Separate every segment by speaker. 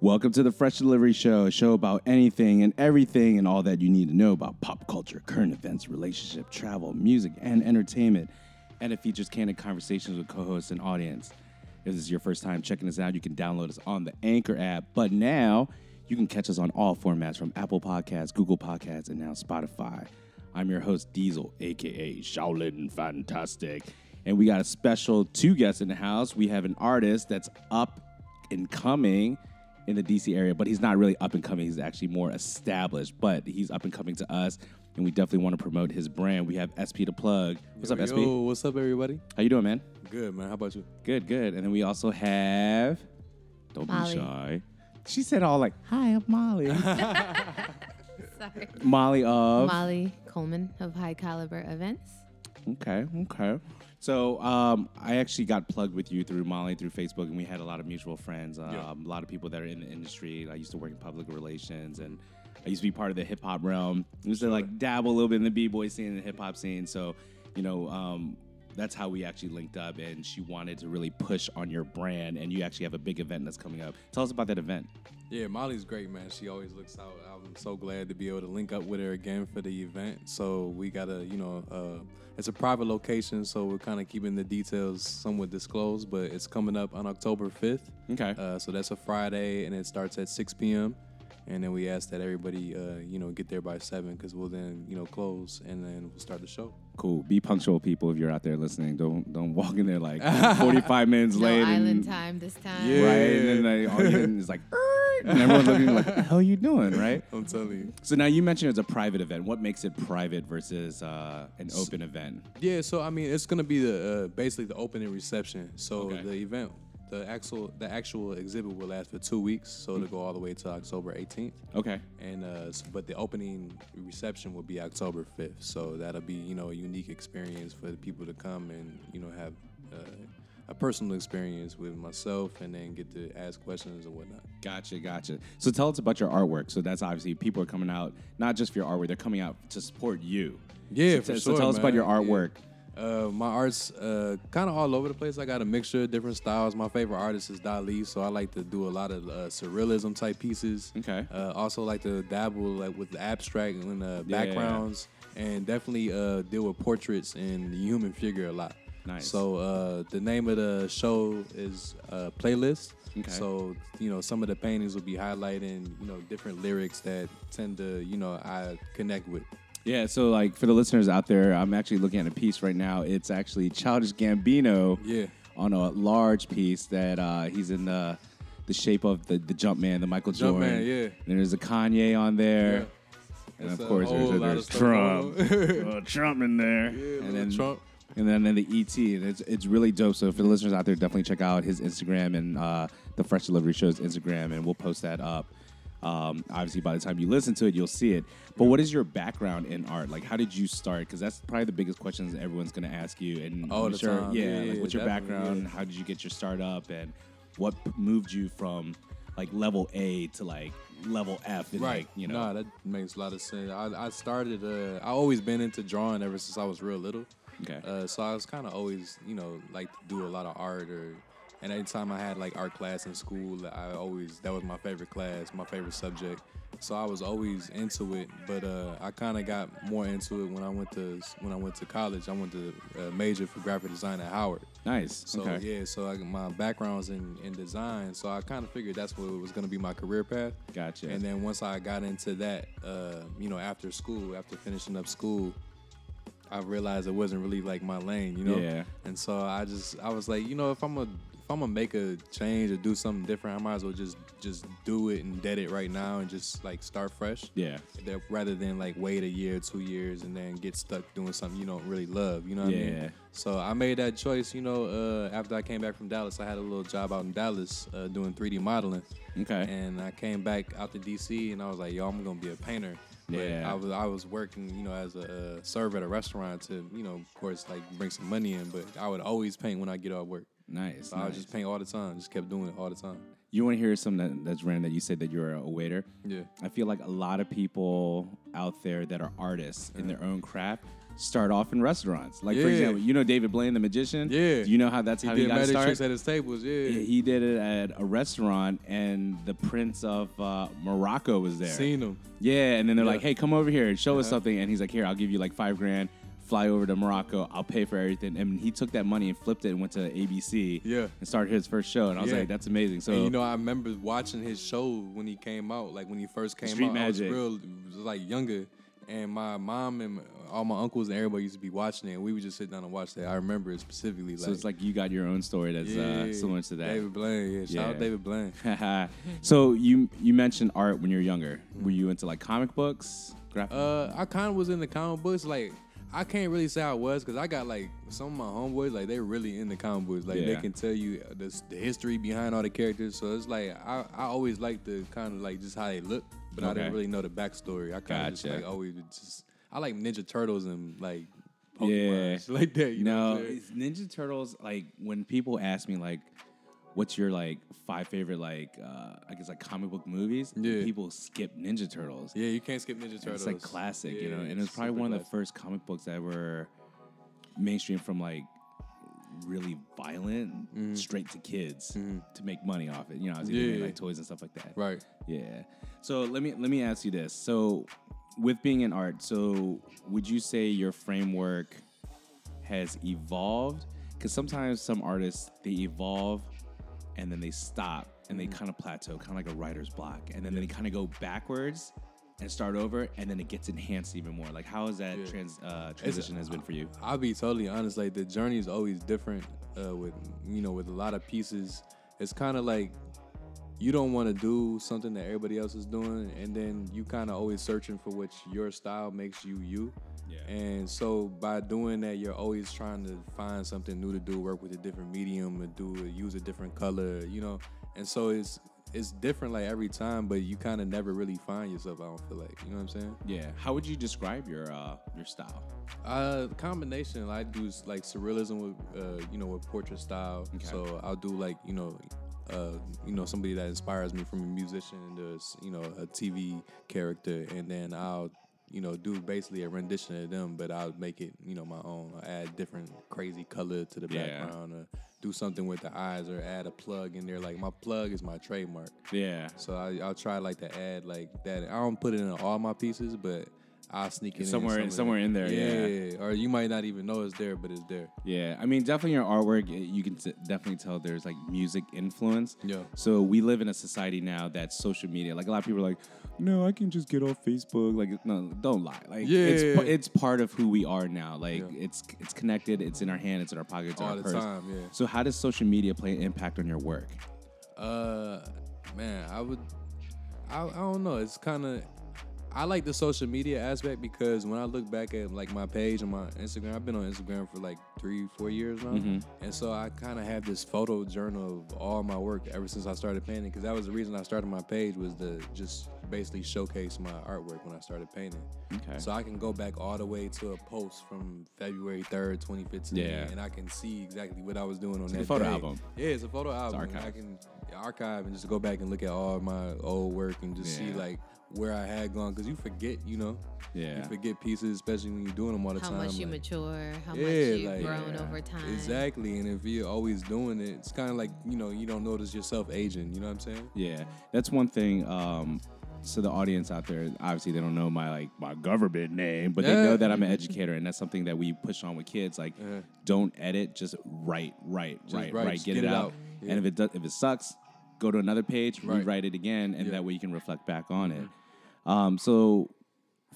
Speaker 1: Welcome to the Fresh Delivery Show, a show about anything and everything and all that you need to know about pop culture, current events, relationship, travel, music, and entertainment. And it features candid conversations with co hosts and audience. If this is your first time checking us out, you can download us on the Anchor app. But now you can catch us on all formats from Apple Podcasts, Google Podcasts, and now Spotify. I'm your host, Diesel, aka Shaolin Fantastic. And we got a special two guests in the house. We have an artist that's up and coming in the DC area, but he's not really up and coming. He's actually more established, but he's up and coming to us, and we definitely want to promote his brand. We have SP to plug. What's up, SP?
Speaker 2: Yo, what's up, everybody?
Speaker 1: How you doing, man?
Speaker 2: Good, man. How about you?
Speaker 1: Good, good. And then we also have. Don't
Speaker 3: Molly.
Speaker 1: be shy. She said all like, "Hi, I'm Molly."
Speaker 3: Sorry.
Speaker 1: Molly of.
Speaker 3: Molly Coleman of High Caliber Events.
Speaker 1: Okay, okay. So um, I actually got plugged with you through Molly through Facebook, and we had a lot of mutual friends, um, a lot of people that are in the industry. I used to work in public relations, and I used to be part of the hip hop realm. I used to like dabble a little bit in the b boy scene and the hip hop scene. So, you know, um, that's how we actually linked up. And she wanted to really push on your brand, and you actually have a big event that's coming up. Tell us about that event.
Speaker 2: Yeah, Molly's great, man. She always looks out. I'm so glad to be able to link up with her again for the event. So we got to, you know, uh, it's a private location, so we're kind of keeping the details somewhat disclosed, but it's coming up on October 5th.
Speaker 1: Okay.
Speaker 2: Uh, so that's a Friday, and it starts at 6 p.m. And then we ask that everybody, uh, you know, get there by 7 because we'll then, you know, close and then we'll start the show.
Speaker 1: Cool. Be punctual, people. If you're out there listening, don't don't walk in there like 45 minutes late.
Speaker 3: No
Speaker 1: and-
Speaker 3: island time this time.
Speaker 2: Yeah.
Speaker 1: right? And then like, all you did is like, "Er," and everyone's looking like, what the hell are you doing, right?
Speaker 2: I'm telling you.
Speaker 1: So now you mentioned it's a private event. What makes it private versus uh, an open event?
Speaker 2: Yeah, so I mean, it's gonna be the uh, basically the opening reception. So
Speaker 1: Okay.
Speaker 2: the event, the actual the actual exhibit will last for two weeks, so it'll go all the way to October 18th.
Speaker 1: Okay.
Speaker 2: And uh, s- but the opening reception will be October 5th, so that'll be you know a unique experience for the people to come and you know have uh, a personal experience with myself, and then get to ask questions and whatnot.
Speaker 1: Gotcha, gotcha. So tell us about your artwork. So that's obviously people are coming out not just for your artwork; they're coming out to support you.
Speaker 2: Yeah,
Speaker 1: so,
Speaker 2: for
Speaker 1: t-
Speaker 2: sure.
Speaker 1: So tell us about
Speaker 2: man.
Speaker 1: your
Speaker 2: Yeah.
Speaker 1: artwork.
Speaker 2: Uh, my art's uh, kind of all over the place. I got a mixture of different styles. My favorite artist is Dali, so I like to do a lot of uh, surrealism type pieces.
Speaker 1: Okay.
Speaker 2: Uh, also like to dabble like with the abstract and uh,
Speaker 1: Yeah, yeah, yeah.
Speaker 2: backgrounds, and definitely uh, deal with portraits and the human figure a lot.
Speaker 1: Nice.
Speaker 2: So uh, the name of the show is uh, playlist.
Speaker 1: Okay.
Speaker 2: So you know some of the paintings will be highlighting you know different lyrics that tend to you know I connect with.
Speaker 1: Yeah. So like for the listeners out there, I'm actually looking at a piece right now. It's actually Childish Gambino.
Speaker 2: Yeah.
Speaker 1: on a large piece that uh, he's in the the shape of the the Jumpman, the Michael Jordan.
Speaker 2: Jumpman, yeah.
Speaker 1: And there's a Kanye on there, and
Speaker 2: It's
Speaker 1: of
Speaker 2: a
Speaker 1: course
Speaker 2: whole
Speaker 1: there's,
Speaker 2: lot of
Speaker 1: there's
Speaker 2: stuff
Speaker 1: Trump,
Speaker 2: going
Speaker 1: Uh, Trump in there,
Speaker 2: little
Speaker 1: and then
Speaker 2: Trump.
Speaker 1: and then, then the ET. And it's it's really dope. So for the listeners out there, definitely check out his Instagram and uh, the Fresh Delivery Show's Instagram, and we'll post that up. Um, obviously, by the time you listen to it, you'll see it. But what is your background in art? Like, how did you start? Because that's probably the biggest questions everyone's going to ask you. And
Speaker 2: All
Speaker 1: I'm
Speaker 2: the
Speaker 1: sure,
Speaker 2: time.
Speaker 1: Yeah,
Speaker 2: Yeah,
Speaker 1: like,
Speaker 2: yeah,
Speaker 1: what's your
Speaker 2: definitely,
Speaker 1: background?
Speaker 2: yeah.
Speaker 1: How did you get your start up? And what p- moved you from like level A to like level F? And, Like, you know,
Speaker 2: Nah, that makes a lot of sense. I, I started. Uh, I always been into drawing ever since I was real little.
Speaker 1: Okay.
Speaker 2: Uh, so I was kind of always, you know, like to do a lot of art or. And anytime I had like art class in school, I always that was my favorite class, my favorite subject. So I was always into it, but uh, I kind of got more into it when I went to when I went to college. I went to uh, major for graphic design at Howard.
Speaker 1: nice.
Speaker 2: So
Speaker 1: okay.
Speaker 2: yeah, so I, my background's in, in design, so I kind of figured that's what was gonna be my career path.
Speaker 1: Gotcha.
Speaker 2: And then once I got into that, uh, you know, after school, after finishing up school, I realized it wasn't really like my lane, you know.
Speaker 1: Yeah.
Speaker 2: And so I just I was like, you know, if I'm a if I'm gonna make a change or do something different, I might as well just just do it and dead it right now and just like start fresh.
Speaker 1: Yeah.
Speaker 2: That rather than like wait a year, two years, and then get stuck doing something you don't really love. You know what I
Speaker 1: Yeah.
Speaker 2: mean? So I made that choice. You know, uh, after I came back from Dallas, I had a little job out in Dallas uh, doing 3D modeling.
Speaker 1: Okay.
Speaker 2: And I came back out to DC, and I was like, "Yo, I'm gonna be a painter." But
Speaker 1: Yeah.
Speaker 2: I was I was working, you know, as a uh, server at a restaurant to, you know, of course, like bring some money in. But I would always paint when I get off work.
Speaker 1: nice.
Speaker 2: So I would
Speaker 1: nice.
Speaker 2: just paint all the time. Just kept doing it all the time.
Speaker 1: You want to hear something that, that's random that you said that you're a waiter?
Speaker 2: Yeah.
Speaker 1: I feel like a lot of people out there that are artists in their own craft start off in restaurants. Like for
Speaker 2: Yeah.
Speaker 1: example, you know David Blaine, the magician.
Speaker 2: Yeah.
Speaker 1: Do you know how that's
Speaker 2: He
Speaker 1: how he
Speaker 2: did
Speaker 1: got
Speaker 2: magic
Speaker 1: started?
Speaker 2: tricks at his tables. Yeah.
Speaker 1: Yeah, he did it at a restaurant, and the Prince of uh, Morocco was there.
Speaker 2: Seen him.
Speaker 1: Yeah, and then they're
Speaker 2: Yeah. Uh-huh.
Speaker 1: like, "Hey, come over here and show us something." And he's like, "Here, I'll give you like five grand. Fly over to Morocco. I'll pay for everything." And he took that money and flipped it and went to ABC.
Speaker 2: Yeah.
Speaker 1: and started his first show. And I was
Speaker 2: Yeah.
Speaker 1: like, "That's amazing." So
Speaker 2: and you know, I remember watching his show when he came out, like when he first came
Speaker 1: Street
Speaker 2: out.
Speaker 1: Magic.
Speaker 2: I was real, was, like younger, and my mom and all my uncles and everybody used to be watching it, and we would just sit down and watch that. I remember it specifically.
Speaker 1: so it's like you got your own story that's uh,
Speaker 2: yeah,
Speaker 1: similar to
Speaker 2: David Blaine. Yeah, shout
Speaker 1: Yeah.
Speaker 2: out David Blaine.
Speaker 1: that. so you you mentioned art when you were younger. Were you into like comic books? Graphic?
Speaker 2: Uh, I kind of was in the comic books. Like, I can't really say I was because I got like some of my homeboys. Like, they're really in the comic books. Like, they
Speaker 1: Yeah.
Speaker 2: can tell you uh, the, s- the history behind all the characters. So it's like I, I always liked the kind of like just how they look, but I
Speaker 1: Okay.
Speaker 2: didn't really know the backstory. I kind of just
Speaker 1: Gotcha.
Speaker 2: like always would just I like Ninja Turtles and like
Speaker 1: Yeah.
Speaker 2: Pokemon and shit like that. You
Speaker 1: no,
Speaker 2: know, what I'm saying?
Speaker 1: it's Ninja Turtles. Like when people ask me like, "What's your like five favorite like uh, I guess like comic book movies?"
Speaker 2: Yeah.
Speaker 1: People skip Ninja Turtles.
Speaker 2: yeah, you can't skip Ninja Turtles.
Speaker 1: It's like classic, you know,
Speaker 2: Yeah,
Speaker 1: and it's probably
Speaker 2: super
Speaker 1: one of the
Speaker 2: classic.
Speaker 1: first comic books that were mainstream from like really violent straight to kids to make money off it. You know, I was even
Speaker 2: Mm-hmm. Yeah,
Speaker 1: making
Speaker 2: yeah.
Speaker 1: like toys and stuff like that.
Speaker 2: Right.
Speaker 1: Yeah. So let me let me ask you this. So with being in art, so would you say your framework has evolved? Because sometimes some artists they evolve and then they stop and they kind of plateau, kind of like a writer's block, and then they kind of go backwards and start over, and then it gets enhanced even more. Like how has that
Speaker 2: Yeah.
Speaker 1: trans, uh, transition has been for you?
Speaker 2: I'll be totally honest. Like the journey is always different. Uh, with you know, with a lot of pieces, it's kind of like you don't want to do something that everybody else is doing, and then you kind of always searching for what your style makes you you.
Speaker 1: Yeah.
Speaker 2: And so by doing that, you're always trying to find something new to do, work with a different medium, or do use a different color, you know. And so it's it's different like every time, but you kind of never really find yourself. I don't feel like you know what I'm saying.
Speaker 1: Yeah. How would you describe your uh, your style?
Speaker 2: Uh, combination. I do s- like surrealism with, uh, you know, with portrait style.
Speaker 1: Okay.
Speaker 2: So I'll do like you know, uh, you know, somebody that inspires me from a musician to s- you know a TV character, and then I'll you know do basically a rendition of them, but I'll make it you know my own. I'll add different crazy color to the
Speaker 1: Yeah.
Speaker 2: background, or do something with the eyes, or add a plug in there. Like my plug is my trademark.
Speaker 1: Yeah.
Speaker 2: So I, I'll try like to add like that. I don't put it in all my pieces, but I'll sneak it
Speaker 1: Somewhere-
Speaker 2: in
Speaker 1: somewhere in there,
Speaker 2: Or you might not even know it's there, but it's there.
Speaker 1: Yeah, I mean, definitely your artwork, y- you can t- definitely tell there's like music influence.
Speaker 2: Yeah.
Speaker 1: So we live in a society now that social media, like a lot of people are like, no, I can just get off Facebook. Like, no, don't lie. Like, it's,
Speaker 2: Yeah.
Speaker 1: p- it's part of who we are now. Like,
Speaker 2: Yeah.
Speaker 1: it's it's connected, it's in our hand, it's in our pocket, it's in
Speaker 2: All
Speaker 1: our
Speaker 2: the
Speaker 1: purse.
Speaker 2: time, yeah.
Speaker 1: So how does social media play an impact on your work?
Speaker 2: Uh, man, I would. I, I don't know. It's kind of. I like the social media aspect because when I look back at like my page and my Instagram, I've been on Instagram for like three, four years now, and so I kind of have this photo journal of all my work ever since I started painting. Because that was the reason I started my page was to just basically showcase my artwork when I started painting.
Speaker 1: Okay.
Speaker 2: So I can go back all the way to a post from February third, twenty fifteen,
Speaker 1: Yeah.
Speaker 2: and I can see exactly what I was doing on
Speaker 1: a
Speaker 2: that
Speaker 1: photo
Speaker 2: day.
Speaker 1: album.
Speaker 2: Yeah, it's a photo album.
Speaker 1: archive.
Speaker 2: I can archive and just go back and look at all my old work and just
Speaker 1: Yeah.
Speaker 2: see like where I had gone because you forget, you know, you
Speaker 1: Yeah.
Speaker 2: forget pieces, especially when you're doing them all the
Speaker 3: How
Speaker 2: time.
Speaker 3: much you
Speaker 2: like-
Speaker 3: mature, how much
Speaker 2: Yeah,
Speaker 3: you've
Speaker 2: like-
Speaker 3: grown
Speaker 1: Yeah.
Speaker 3: over time.
Speaker 2: Exactly, and if you're always doing it, it's kind of like you know you don't notice yourself aging. You know what I'm saying?
Speaker 1: Yeah, that's one thing. Um, so the audience out there, obviously, they don't know my like my government name, but they
Speaker 2: Yeah.
Speaker 1: know that I'm an educator, and that's something that we push on with kids. Like,
Speaker 2: Uh-huh.
Speaker 1: don't edit, just write, write, write,
Speaker 2: write,
Speaker 1: write,
Speaker 2: just
Speaker 1: get, it out.
Speaker 2: Yeah.
Speaker 1: And if it does, if it sucks, go to another page,
Speaker 2: Right.
Speaker 1: rewrite it again, and
Speaker 2: Yeah. Mm-hmm.
Speaker 1: that way you can reflect back on it. Um, so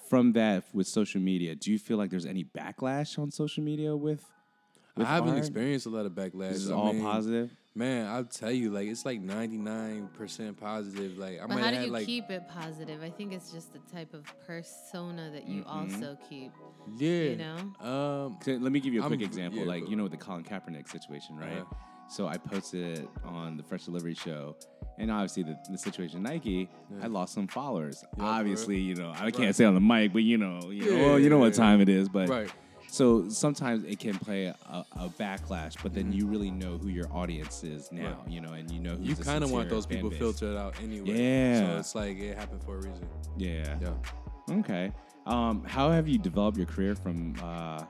Speaker 1: from that, with social media, do you feel like there's any backlash on social media with? with
Speaker 2: I haven't
Speaker 1: art?
Speaker 2: experienced a lot of backlash.
Speaker 1: This is
Speaker 2: I
Speaker 1: all
Speaker 2: mean,
Speaker 1: positive.
Speaker 2: Man, I'll tell you, like it's like 99% positive. Like I
Speaker 3: But
Speaker 2: might
Speaker 3: how do
Speaker 2: have
Speaker 3: you
Speaker 2: like
Speaker 3: keep it positive? I think it's just the type of persona that you also keep.
Speaker 2: Mm-hmm. yeah,
Speaker 3: you know?
Speaker 2: um,
Speaker 1: So let me give you a
Speaker 2: I'm-
Speaker 1: quick example.
Speaker 2: yeah,
Speaker 1: like
Speaker 2: go.
Speaker 1: you know with the Colin Kaepernick situation, right?
Speaker 2: Uh-huh.
Speaker 1: So I posted it on the Fresh Delivery show, and obviously the, the situation Nike, I lost some followers.
Speaker 2: Yeah,
Speaker 1: obviously, you know I can't
Speaker 2: Right.
Speaker 1: say on the mic, but you know, you know,
Speaker 2: Yeah,
Speaker 1: well, you know
Speaker 2: yeah,
Speaker 1: what
Speaker 2: yeah.
Speaker 1: time it is, but.
Speaker 2: Right.
Speaker 1: So sometimes it can play a, a backlash, but then you really know who your audience is now,
Speaker 2: Mm-hmm. Right.
Speaker 1: you know, and you know who's
Speaker 2: you
Speaker 1: the
Speaker 2: kind of want
Speaker 1: sincere
Speaker 2: those
Speaker 1: fan
Speaker 2: people
Speaker 1: base.
Speaker 2: filtered out anyway.
Speaker 1: Yeah.
Speaker 2: So it's like it happened for a reason.
Speaker 1: Yeah.
Speaker 2: Yeah.
Speaker 1: Okay. Um, how have you developed your career from uh,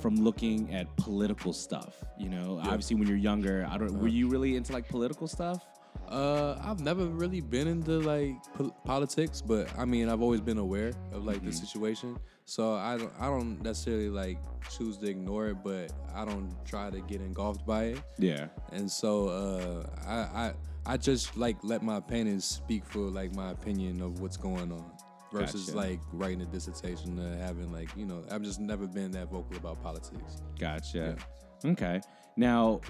Speaker 1: from looking at political stuff? You know, obviously when you're younger, I don't. Were you really into like political stuff?
Speaker 2: Uh, I've never really been into like pol- politics, but I mean, I've always been aware of like
Speaker 1: Mm-hmm.
Speaker 2: the situation. So I don't, I don't necessarily like choose to ignore it, but I don't try to get engulfed by it.
Speaker 1: Yeah.
Speaker 2: And so uh, I, I, I just like let my opinions speak for like my opinion of what's going on, versus
Speaker 1: Gotcha.
Speaker 2: like writing a dissertation or having like you know, I've just never been that vocal about politics.
Speaker 1: Gotcha. Okay. Now,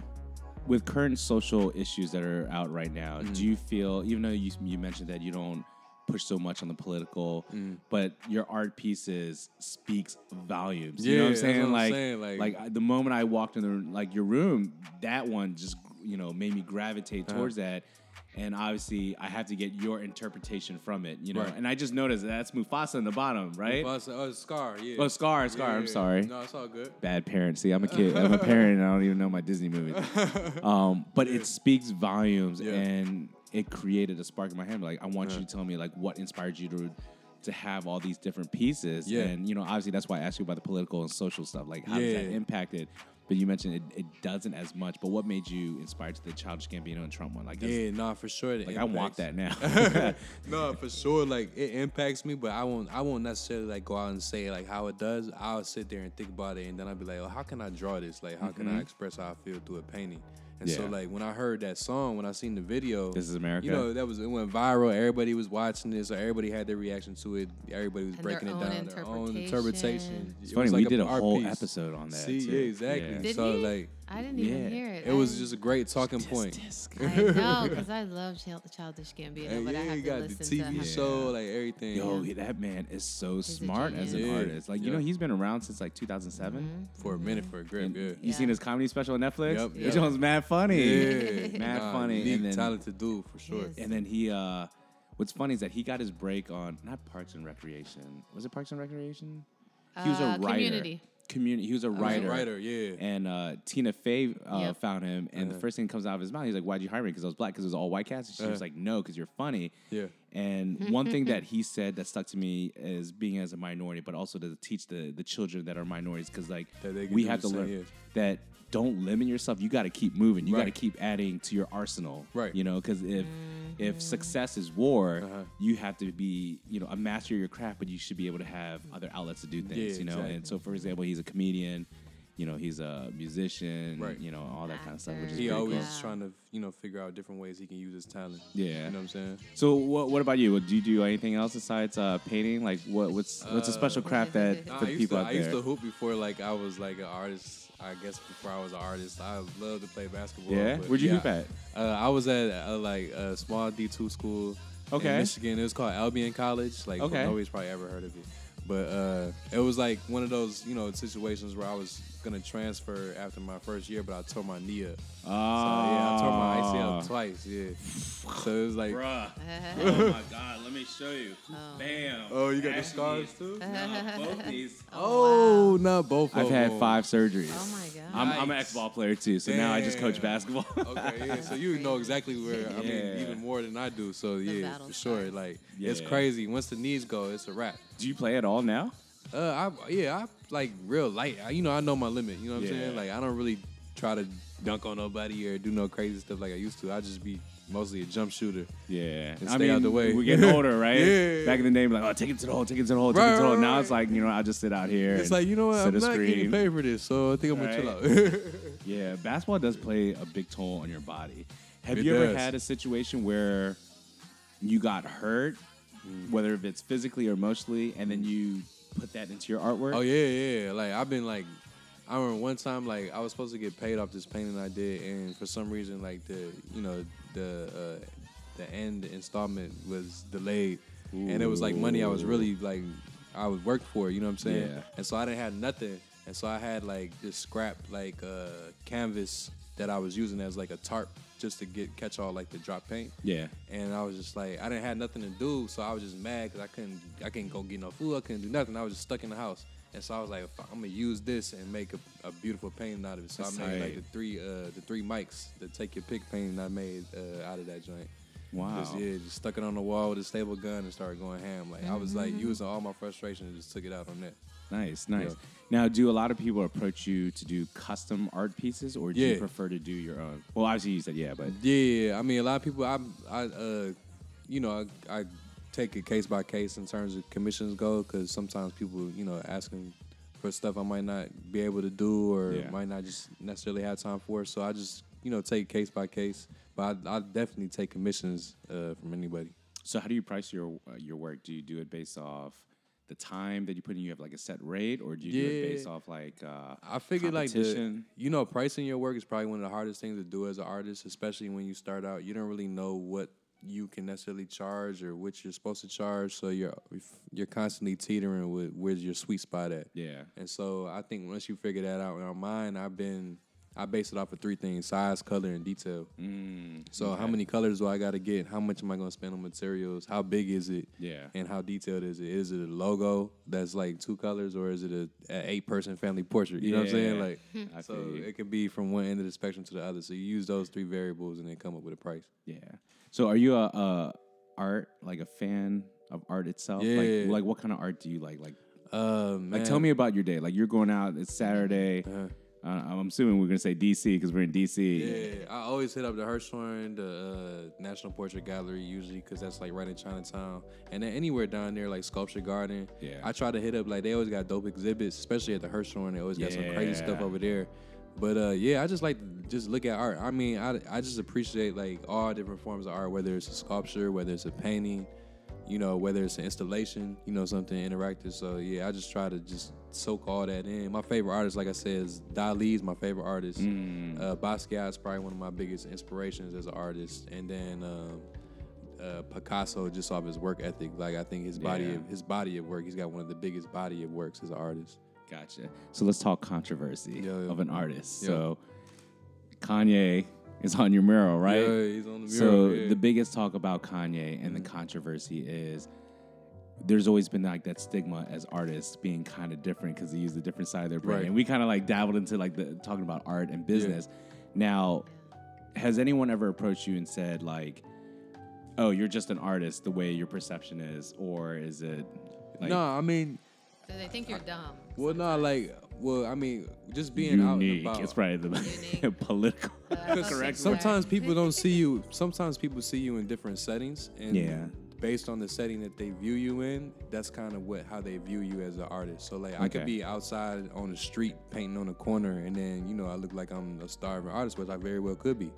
Speaker 1: with current social issues that are out right now,
Speaker 2: Mm-hmm.
Speaker 1: do you feel, even though you, you mentioned that you don't push so much on the political,
Speaker 2: Mm.
Speaker 1: but your art pieces speaks volumes. you know what I'm
Speaker 2: Yeah, that's what
Speaker 1: saying?
Speaker 2: I'm
Speaker 1: like,
Speaker 2: saying,
Speaker 1: like,
Speaker 2: like-
Speaker 1: I- the moment I walked in the like your room, that one just you know made me gravitate
Speaker 2: Uh-huh.
Speaker 1: towards that. And obviously, I have to get your interpretation from it, you know.
Speaker 2: Right.
Speaker 1: And I just noticed that's Mufasa in the bottom, right?
Speaker 2: Well, I said- oh, Scar, yeah.
Speaker 1: Oh, Scar, Scar.
Speaker 2: Yeah,
Speaker 1: I'm
Speaker 2: yeah.
Speaker 1: sorry
Speaker 2: No, it's all good.
Speaker 1: bad parent. See, I'm a kid. I'm a parent, and I don't even know my Disney movies. Um, but it speaks volumes,
Speaker 2: Yeah.
Speaker 1: and it created a spark in my head. Like, I want you to tell me, like, what inspired you to to have all these different pieces.
Speaker 2: Yeah.
Speaker 1: And you know, obviously, that's why I asked you about the political and social stuff. Like, how does that
Speaker 2: Yeah.
Speaker 1: impact it? But you mentioned it, it doesn't as much. But what made you inspired to the Childish Gambino and Trump one? Like, that's,
Speaker 2: Yeah, nah, for sure.
Speaker 1: like I want that now.
Speaker 2: no, for sure. Like it impacts me, but I won't. I won't necessarily like go out and say like how it does. I'll sit there and think about it, and then I'll be like, oh, how can I draw this? Like, how can I express how I feel through a painting? And so,
Speaker 1: Mm-hmm. Yeah.
Speaker 2: like when I heard that song, when I seen the video,
Speaker 1: This is America?
Speaker 2: You know, that was it went viral. Everybody was watching this, or everybody had their reaction to it. Everybody was
Speaker 3: And their
Speaker 2: breaking it
Speaker 3: own
Speaker 2: down, their own interpretation.
Speaker 3: interpretation.
Speaker 1: it's
Speaker 2: It
Speaker 1: funny.
Speaker 2: was
Speaker 1: we
Speaker 2: like
Speaker 1: did a
Speaker 2: art
Speaker 1: whole
Speaker 2: piece.
Speaker 1: episode on that.
Speaker 2: See,
Speaker 1: too.
Speaker 2: yeah, exactly.
Speaker 1: Yeah.
Speaker 3: Did
Speaker 2: so
Speaker 3: he?
Speaker 2: like,
Speaker 3: I didn't
Speaker 1: Yeah.
Speaker 3: even hear it.
Speaker 2: it was just a great talking point.
Speaker 3: I know because I love Chil- Childish
Speaker 2: And
Speaker 3: Gambino, but
Speaker 2: Uh, yeah,
Speaker 3: I
Speaker 2: you
Speaker 3: have to
Speaker 2: got the
Speaker 3: listen to
Speaker 2: TV
Speaker 3: how-
Speaker 2: show, like everything.
Speaker 1: Yo, that man is so
Speaker 3: a
Speaker 1: smart as an
Speaker 2: genius. Yeah.
Speaker 1: artist. Like, you
Speaker 2: Yeah.
Speaker 1: know, he's been around since like 2007.
Speaker 2: for a minute for a grip.
Speaker 1: And
Speaker 2: Yeah.
Speaker 1: you seen
Speaker 3: Yeah.
Speaker 1: his comedy special on Netflix?
Speaker 2: Yep,
Speaker 1: Which
Speaker 2: yep.
Speaker 1: one's mad funny.
Speaker 2: Yeah,
Speaker 1: mad
Speaker 2: nah,
Speaker 1: funny.
Speaker 2: Unique,
Speaker 1: And then,
Speaker 2: talented dude for sure.
Speaker 3: Yes.
Speaker 1: and then he, uh, what's funny is that he got his break on, not Parks and Recreation. Was it Parks and Recreation? He was a
Speaker 3: Uh,
Speaker 1: writer.
Speaker 3: Community. Oh,
Speaker 1: Community. He was a
Speaker 2: He's a
Speaker 1: writer.
Speaker 2: writer, yeah.
Speaker 1: And uh, Tina Fey uh,
Speaker 3: Yep.
Speaker 1: found him, and
Speaker 2: Uh-huh.
Speaker 1: the first thing that comes out of his mouth, he's like, "Why'd you hire me? Because I was black. Because it was all white cast." And she was like, "No, because you're funny."
Speaker 2: Yeah.
Speaker 1: And one thing that he said that stuck to me is being as a minority, but also to teach the the children that are minorities, because like
Speaker 2: That they can
Speaker 1: we
Speaker 2: do
Speaker 1: have to
Speaker 2: the same,
Speaker 1: learn
Speaker 2: yeah.
Speaker 1: that don't limit yourself. You got to keep moving. You got to
Speaker 2: Right.
Speaker 1: keep adding to your arsenal.
Speaker 2: Right.
Speaker 1: You know, because if if success is war,
Speaker 2: Uh-huh.
Speaker 1: you have to be you know a master of your craft, but you should be able to have other outlets to do things.
Speaker 2: Yeah,
Speaker 1: you know,
Speaker 2: exactly.
Speaker 1: and so for example, he's a comedian. You know, he's a musician.
Speaker 2: Right.
Speaker 1: You know, all that kind of stuff, which is
Speaker 2: He
Speaker 1: pretty
Speaker 2: always
Speaker 1: cool.
Speaker 3: Yeah.
Speaker 2: trying to, you know, figure out different ways he can use his talent.
Speaker 1: Yeah.
Speaker 2: You know what I'm saying?
Speaker 1: So what, what about you? Do you do anything else besides uh, painting? Like what, what's what's a special
Speaker 3: Uh,
Speaker 1: craft that
Speaker 2: Nah,
Speaker 1: for
Speaker 2: I,
Speaker 1: the
Speaker 2: used to,
Speaker 1: people
Speaker 2: I
Speaker 1: out there?
Speaker 2: used to hoop before like I was like an artist. I guess before I was an artist, I loved to play basketball.
Speaker 1: Yeah?
Speaker 2: but
Speaker 1: Where'd you
Speaker 2: yeah,
Speaker 1: hoop at?
Speaker 2: Uh, I was at a, like a small D two school
Speaker 1: Okay.
Speaker 2: in Michigan. It was called Albion College. Like
Speaker 1: Okay.
Speaker 2: nobody's probably ever heard of it, but uh, it was like one of those you know situations where I was gonna transfer after my first year, but I tore my knee up. So, yeah, I tore my ICL twice. Yeah, so it was like,
Speaker 1: Ah. Bruh.
Speaker 3: Uh,
Speaker 1: Oh my god, let me show you.
Speaker 3: Oh.
Speaker 1: Bam.
Speaker 2: oh, you got the scars too.
Speaker 1: Both knees.
Speaker 2: Oh, not both.
Speaker 1: I've
Speaker 2: of
Speaker 1: had
Speaker 2: them.
Speaker 1: five surgeries.
Speaker 3: oh my god.
Speaker 1: I'm, I'm an ex-ball player too, so now I just coach
Speaker 2: Damn.
Speaker 1: basketball.
Speaker 2: Okay, yeah. So you know exactly where. I mean,
Speaker 1: Yeah.
Speaker 2: even more than I do. So yeah,
Speaker 3: battle
Speaker 2: for sure.
Speaker 3: scars.
Speaker 2: Like it's
Speaker 1: Yeah.
Speaker 2: crazy. Once the knees go, it's a wrap.
Speaker 1: do you play at all now?
Speaker 2: Uh, I yeah, I like real light. I, you know, I know my limit. You know what I'm
Speaker 1: Yeah.
Speaker 2: saying? Like I don't really try to dunk on nobody or do no crazy stuff like I used to. I just be mostly a jump shooter.
Speaker 1: Yeah,
Speaker 2: And
Speaker 1: I
Speaker 2: stay
Speaker 1: mean,
Speaker 2: out the way.
Speaker 1: we're getting older, right?
Speaker 2: Yeah.
Speaker 1: Back in the day, be like, oh, take it to the hole, take it to the hole, take it
Speaker 2: Right,
Speaker 1: to the hole.
Speaker 2: right,
Speaker 1: Now
Speaker 2: right.
Speaker 1: it's like, you know, I just sit out here.
Speaker 2: It's
Speaker 1: and
Speaker 2: like you know what?
Speaker 1: sit
Speaker 2: I'm
Speaker 1: a
Speaker 2: not getting
Speaker 1: screen.
Speaker 2: paid for this, so I think I'm gonna chill out.
Speaker 1: Yeah, basketball does play a big toll on your body. Have
Speaker 2: It
Speaker 1: you ever
Speaker 2: does.
Speaker 1: had a situation where you got hurt,
Speaker 2: Mm.
Speaker 1: whether if it's physically or emotionally, and then you put that into your artwork?
Speaker 2: Oh yeah, yeah. Like I've been like, I remember one time like I was supposed to get paid off this painting I did, and for some reason like the you know the uh, the end installment was delayed, and it was like money I was really like I was worked for. You know what I'm saying?
Speaker 1: Yeah.
Speaker 2: And so I didn't have nothing, and so I had like this scrap like uh, canvas that I was using as like a tarp just to get catch all like the drop paint.
Speaker 1: Yeah.
Speaker 2: And I was just like, I didn't have nothing to do, so I was just mad because I couldn't, I couldn't go get no food, I couldn't do nothing. I was just stuck in the house, and so I was like, "Fuck, I'm gonna use this and make a, a beautiful painting out of it. So
Speaker 1: That's
Speaker 2: I made
Speaker 1: tight.
Speaker 2: like the three, uh, the three mics, the take your pick painting I made uh, out of that joint.
Speaker 1: Wow.
Speaker 2: Just yeah, just stuck it on the wall with a staple gun and started going ham. Like I was
Speaker 1: Mm-hmm.
Speaker 2: like using all my frustration and just took it out on that.
Speaker 1: Nice, nice.
Speaker 2: Yeah.
Speaker 1: Now, do a lot of people approach you to do custom art pieces, or do you
Speaker 2: Yeah.
Speaker 1: prefer to do your own? Well, obviously you said yeah, but
Speaker 2: Yeah, I mean, a lot of people. I, I, uh, you know, I, I take it case by case in terms of commissions go, because sometimes people, you know, asking for stuff I might not be able to do or
Speaker 1: Yeah.
Speaker 2: might not just necessarily have time for. So I just, you know, take case by case. But I, I definitely take commissions uh, from anybody.
Speaker 1: so how do you price your uh, your work? Do you do it based off the time that you put in? You have like a set rate, or do you do it
Speaker 2: Yeah.
Speaker 1: based off like uh,
Speaker 2: I figure like the,
Speaker 1: competition?
Speaker 2: you know pricing your work is probably one of the hardest things to do as an artist, especially when you start out. You don't really know what you can necessarily charge or what you're supposed to charge, so you're you're constantly teetering with where's your sweet spot at.
Speaker 1: yeah,
Speaker 2: And so I think once you figure that out, and on mine, I've been I base it off of three things: size, color, and detail.
Speaker 1: mm,
Speaker 2: So how many colors do I got to get? How much am I going to spend on materials? How big is it?
Speaker 1: Yeah.
Speaker 2: And how detailed is it? Is it a logo that's like two colors, or is it a, a eight person family portrait? You know what I'm saying?
Speaker 1: Yeah.
Speaker 2: Like,
Speaker 1: I
Speaker 2: so
Speaker 1: feel you.
Speaker 2: it could be from one end of the spectrum to the other. So you use those three variables and then come up with a price.
Speaker 1: yeah. So are you a, a art like a fan of art itself?
Speaker 2: Yeah.
Speaker 1: Like, like what kind of art do you like? Like
Speaker 2: Uh, man. Uh-huh.
Speaker 1: Like, tell me about your day. Like, you're going out. It's Saturday. uh I'm assuming we're gonna say DC because we're in DC.
Speaker 2: Yeah, I always hit up the Hirshhorn, the uh, National Portrait Gallery, usually because that's like right in Chinatown, and then anywhere down there like Sculpture Garden.
Speaker 1: Yeah.
Speaker 2: I try to hit up like they always got dope exhibits, especially at the Hirshhorn. They always got some crazy stuff
Speaker 1: Yeah.
Speaker 2: over there. But uh, yeah, I just like to just look at art. I mean, I, I just appreciate like all different forms of art, whether it's a sculpture, whether it's a painting, you know, whether it's an installation, you know, something interactive. So yeah, I just try to just soak all that in. My favorite artist, like I said, is Dali's my favorite artist.
Speaker 1: Mm.
Speaker 2: Uh, Basquiat is probably one of my biggest inspirations as an artist, and then um, uh, Picasso just off his work ethic. Like I think his body
Speaker 1: Yeah.
Speaker 2: of his body of work, he's got one of the biggest body of works as an artist.
Speaker 1: Gotcha. So let's talk controversy
Speaker 2: Yeah, yeah.
Speaker 1: of an artist.
Speaker 2: Yeah.
Speaker 1: So Kanye is on your mural, right?
Speaker 2: Yeah, he's on Mm-hmm. the mural.
Speaker 1: So
Speaker 2: yeah.
Speaker 1: the biggest talk about Kanye and the controversy is there's always been like that stigma as artists being kind of different because they use a different side of their brain.
Speaker 2: Right.
Speaker 1: And we kind of like dabbled into like the talking about art and business. Now, has anyone ever approached you and said like, "Oh, you're just an artist," the way your perception is, or is it? Like,
Speaker 2: no, I mean,
Speaker 3: Because I think you're dumb.
Speaker 2: well, no, like, well, I mean, just being out and
Speaker 1: unique.
Speaker 2: about.
Speaker 1: It's probably the
Speaker 3: Unique.
Speaker 1: political.
Speaker 3: Uh,
Speaker 2: Correct.
Speaker 3: word.
Speaker 2: Sometimes people don't see you. Sometimes people see you in different settings, and
Speaker 1: Yeah.
Speaker 2: based on the setting that they view you in, that's kind of what how they view you as an artist. So like, I
Speaker 1: Okay.
Speaker 2: could be outside on the street painting on the corner, and then you know I look like I'm a starving artist, which I very well could be,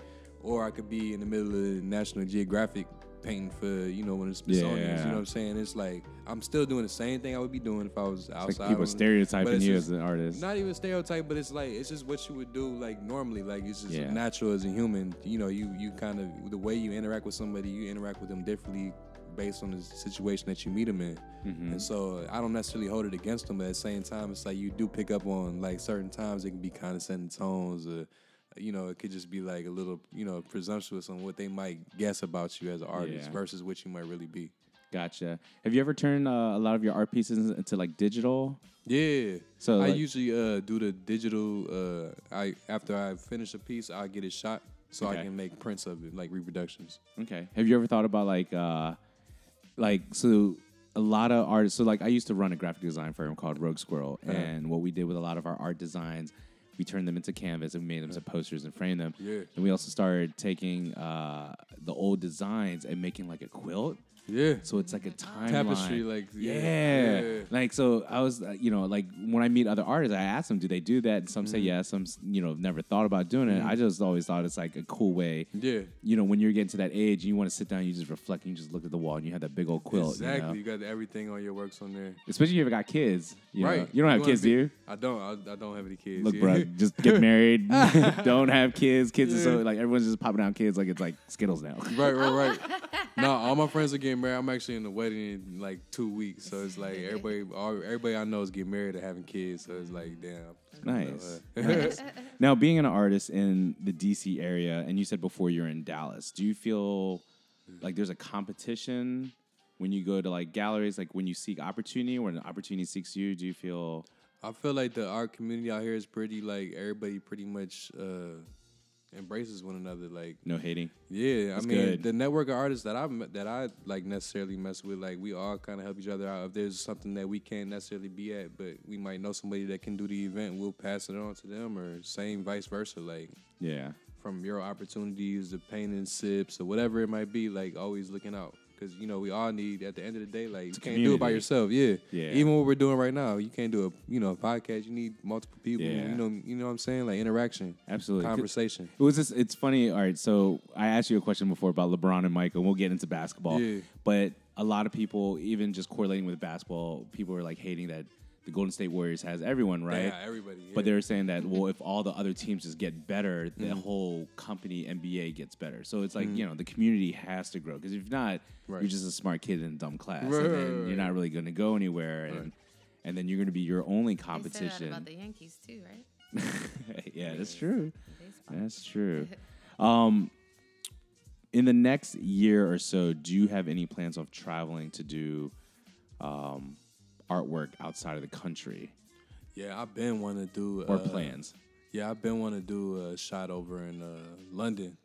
Speaker 2: or I could be in the middle of National Geographic painting for you know one of the Smithsonian's.
Speaker 1: Yeah.
Speaker 2: You know what I'm saying? It's like I'm still doing the same thing I would be doing if I was outside.
Speaker 1: Like people
Speaker 2: on- but
Speaker 1: stereotyping
Speaker 2: it's
Speaker 1: you
Speaker 2: just-
Speaker 1: as an artist.
Speaker 2: not even stereotype, but it's like it's just what you would do like normally. Like it's just
Speaker 1: Yeah.
Speaker 2: natural as a human. You know, you you kind of the way you interact with somebody, you interact with them differently based on the situation that you meet them in.
Speaker 1: Mm-hmm.
Speaker 2: And so I don't necessarily hold it against them, but at the same time, it's like you do pick up on like certain times it can be condescending tones or. You know, it could just be like a little, you know, presumptuous on what they might guess about you as an artist
Speaker 1: Yeah.
Speaker 2: versus what you might really be.
Speaker 1: Gotcha. Have you ever turned uh, a lot of your art pieces into like digital?
Speaker 2: Yeah.
Speaker 1: So,
Speaker 2: I
Speaker 1: like-
Speaker 2: usually uh, do the digital. Uh, I after I finish a piece, I get it shot so
Speaker 1: Okay.
Speaker 2: I can make prints of it, like reproductions.
Speaker 1: Okay. Have you ever thought about like uh like so a lot of artists so like I used to run a graphic design firm called Rogue Squirrel
Speaker 2: Uh-huh.
Speaker 1: and what we did with a lot of our art designs we turned them into canvas and we made them into posters and framed them.
Speaker 2: Yeah.
Speaker 1: And we also started taking uh, the old designs and making like a quilt.
Speaker 2: Yeah.
Speaker 1: So it's like a timeline.
Speaker 2: Mm-hmm. Tapestry, like,
Speaker 1: yeah.
Speaker 2: yeah, yeah.
Speaker 1: Like so, I was uh, you know like when I meet other artists, I ask them, do they do that? And some
Speaker 2: Mm-hmm.
Speaker 1: say yes, some s- you know have never thought about doing it. I just always thought it's like a cool way.
Speaker 2: Yeah.
Speaker 1: You know when you're getting to that age, you want to sit down, you just reflect, and you just look at the wall, and you have that big old quilt.
Speaker 2: exactly. You,
Speaker 1: You know?
Speaker 2: got everything on your works on there.
Speaker 1: Especially if you ever got kids. You
Speaker 2: right.
Speaker 1: Know? You don't have
Speaker 2: wanna
Speaker 1: kids,
Speaker 2: be-
Speaker 1: do you?
Speaker 2: I don't. I, I don't have any kids.
Speaker 1: Look,
Speaker 2: yeah.
Speaker 1: bro, just get married. don't have kids. Kids are so like everyone's just popping out kids like it's like Skittles now.
Speaker 2: right, right, right. no, all my friends are getting married. I'm actually in the wedding in like two weeks, so it's like everybody, all, everybody I know is getting married or having kids. So it's like, damn. uh,
Speaker 1: Nice. nice. Now, being an artist in the DC area, and you said before you're in Dallas, do you feel like there's a competition when you go to like galleries, like when you seek opportunity, when an opportunity seeks you? Do you feel
Speaker 2: I feel like the art community out here is pretty like everybody pretty much uh embraces one another. Like
Speaker 1: No hating.
Speaker 2: yeah,
Speaker 1: That's
Speaker 2: I mean
Speaker 1: good.
Speaker 2: the network of artists that I that I like necessarily mess with, like we all kind of help each other out. If there's something that we can't necessarily be at, but we might know somebody that can do the event, we'll pass it on to them, or same vice versa. Like
Speaker 1: Yeah.
Speaker 2: from your opportunities to painting sips or whatever it might be, like always looking out. Because, you know, we all need, at the end of the day, like, you can't do it by
Speaker 1: community.
Speaker 2: yourself. Yeah.
Speaker 1: Yeah.
Speaker 2: Even what we're doing right now, you can't do a, you know, a podcast. You need multiple people.
Speaker 1: Yeah.
Speaker 2: You know you know what I'm saying? Like, interaction.
Speaker 1: Absolutely.
Speaker 2: Conversation.
Speaker 1: It was just, it's funny. All right. So I asked you a question before about LeBron and Michael, and we'll get into basketball.
Speaker 2: Yeah.
Speaker 1: But a lot of people, even just correlating with basketball, people are like hating that the Golden State Warriors has everyone, right?
Speaker 2: Yeah, everybody. Yeah.
Speaker 1: But they were saying that well, if all the other teams just get better, the
Speaker 2: Mm-hmm.
Speaker 1: whole company NBA gets better. So it's like you know the community has to grow because if not,
Speaker 2: Right.
Speaker 1: you're just a smart kid in a dumb class,
Speaker 2: Right,
Speaker 1: and
Speaker 2: right,
Speaker 1: then
Speaker 2: right,
Speaker 1: you're not really going to go anywhere, and and then you're going to be your only
Speaker 3: They said that
Speaker 1: competition.
Speaker 3: about the Yankees too, right?
Speaker 1: yeah, that's true.
Speaker 3: Baseball.
Speaker 1: That's true. um, in the next year or so, do you have any plans of traveling to do um, artwork outside of the country
Speaker 2: yeah, I've been wanting to do.
Speaker 1: or
Speaker 2: uh,
Speaker 1: plans?
Speaker 2: Yeah, I've been wanting to do a shot over in uh, London.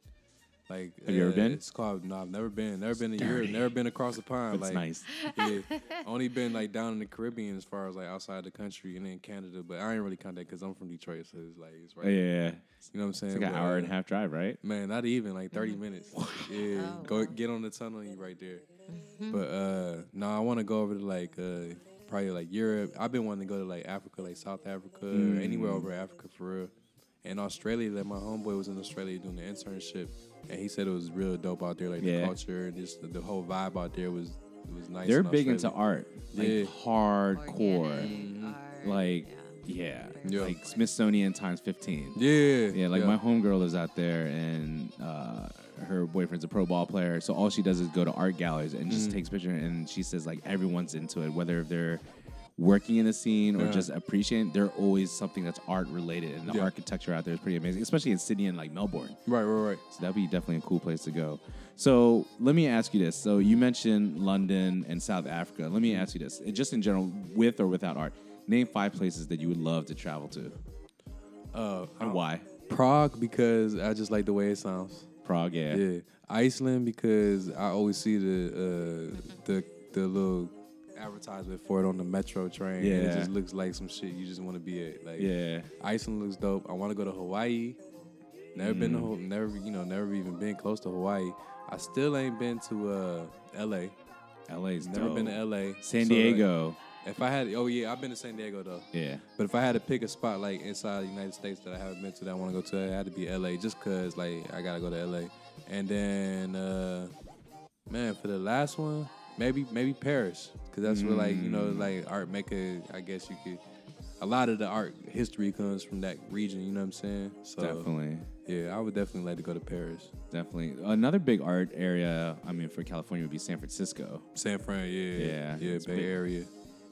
Speaker 2: Like,
Speaker 1: Have you ever
Speaker 2: uh,
Speaker 1: been?
Speaker 2: It's called. No, I've never been. Never been to Europe. Never been across the pond.
Speaker 1: That's
Speaker 2: like,
Speaker 1: nice.
Speaker 2: yeah, only been like down in the Caribbean as far as like outside the country and then Canada, but I ain't really count that because I'm from Detroit, so it's like it's right.
Speaker 1: Yeah, yeah, yeah.
Speaker 2: You know what I'm saying?
Speaker 1: It's like an
Speaker 2: But,
Speaker 1: hour and a
Speaker 2: uh,
Speaker 1: half Mm-hmm. drive, right?
Speaker 2: Man, not even like 30 minutes. yeah,
Speaker 3: Oh,
Speaker 2: go
Speaker 3: wow.
Speaker 2: get on the tunnel, you right there.
Speaker 1: Mm-hmm.
Speaker 2: but uh, no, I want to go over to like uh, probably like Europe. I've been wanting to go to like Africa, like South Africa, or
Speaker 1: Mm.
Speaker 2: anywhere over Africa for real. And Australia, like my homeboy was in Australia doing the internship, and he said it was real dope out there, like
Speaker 1: Yeah.
Speaker 2: the culture and just the, the whole vibe out there was was nice.
Speaker 1: They're
Speaker 2: in
Speaker 1: big into
Speaker 2: Australia.
Speaker 1: art, like
Speaker 2: Yeah.
Speaker 1: hardcore,
Speaker 3: Organic art,
Speaker 1: like
Speaker 3: yeah.
Speaker 1: yeah,
Speaker 2: Mm-hmm. Yeah.
Speaker 1: like Smithsonian times fifteen.
Speaker 2: Yeah,
Speaker 1: Yeah, like my homegirl is out there, and uh, her boyfriend's a pro ball player. So all she does is go to art galleries and
Speaker 2: Mm.
Speaker 1: just takes pictures. And she says like everyone's into it, whether they're working in the scene or
Speaker 2: Yeah.
Speaker 1: just appreciating. They're always something that's art related, and the
Speaker 2: Yeah.
Speaker 1: architecture out there is pretty amazing, especially in Sydney and like Melbourne.
Speaker 2: Right, right, right.
Speaker 1: So that'd be definitely a cool place to go. So let me ask you this. So you mentioned London and South Africa. Let me ask you this, and just in general, with or without art, name five places that you would love to travel to
Speaker 2: Uh,
Speaker 1: and why.
Speaker 2: Prague because I just like the way it sounds.
Speaker 1: Prague, yeah.
Speaker 2: Yeah, Iceland because I always see the uh, the the little advertisement for it on the metro train. and
Speaker 1: Yeah.
Speaker 2: it just looks like some shit you just want to be at. Like,
Speaker 1: Yeah.
Speaker 2: Iceland looks dope. I want to go to Hawaii. Never been to
Speaker 1: Mm.
Speaker 2: Ho- never you know never even been close to Hawaii. I still ain't been to uh, L.A.
Speaker 1: LA's
Speaker 2: Never
Speaker 1: dope.
Speaker 2: been to L.A.
Speaker 1: San
Speaker 2: So, like,
Speaker 1: Diego.
Speaker 2: if I had, oh yeah, I've been to San Diego though.
Speaker 1: yeah.
Speaker 2: But if I had to pick a spot like inside the United States that I haven't been to that I want to go to, it had to be LA just cuz like I got to go to LA. And then uh man, for the last one, maybe maybe Paris cuz that's where like, you know,
Speaker 1: Mm.
Speaker 2: like art maker, I guess you could a lot of the art history comes from that region, you know what I'm saying? So
Speaker 1: Definitely.
Speaker 2: yeah, I would definitely like to go to Paris.
Speaker 1: Definitely. Another big art area, I mean, for California would be San Francisco.
Speaker 2: San Fran, yeah.
Speaker 1: Yeah,
Speaker 2: Yeah,
Speaker 1: it's
Speaker 2: Bay
Speaker 1: big.
Speaker 2: Area.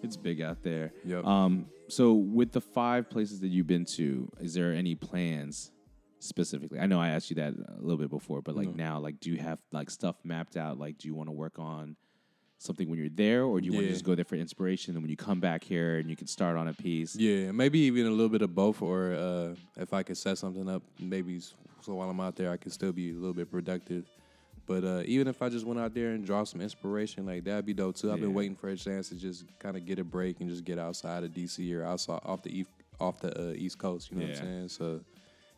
Speaker 1: It's big out there.
Speaker 2: Yep.
Speaker 1: Um, so, with the five places that you've been to, is there any plans specifically? I know I asked you that a little bit before, but
Speaker 2: Mm-hmm.
Speaker 1: like now, like, do you have like stuff mapped out? Like, do you want to work on something when you're there, or do you want to
Speaker 2: Yeah.
Speaker 1: just go there for inspiration? And when you come back here, and you can start on a piece.
Speaker 2: Yeah, maybe even a little bit of both, or uh, if I could set something up, maybe s- so while I'm out there, I can still be a little bit productive. But uh, even if I just went out there and draw some inspiration, like that'd be dope too. I've been
Speaker 1: Yeah.
Speaker 2: waiting for a chance to just kind of get a break and just get outside of DC or outside off the eve- off the uh, East Coast. You know what
Speaker 1: Yeah.
Speaker 2: I'm saying? So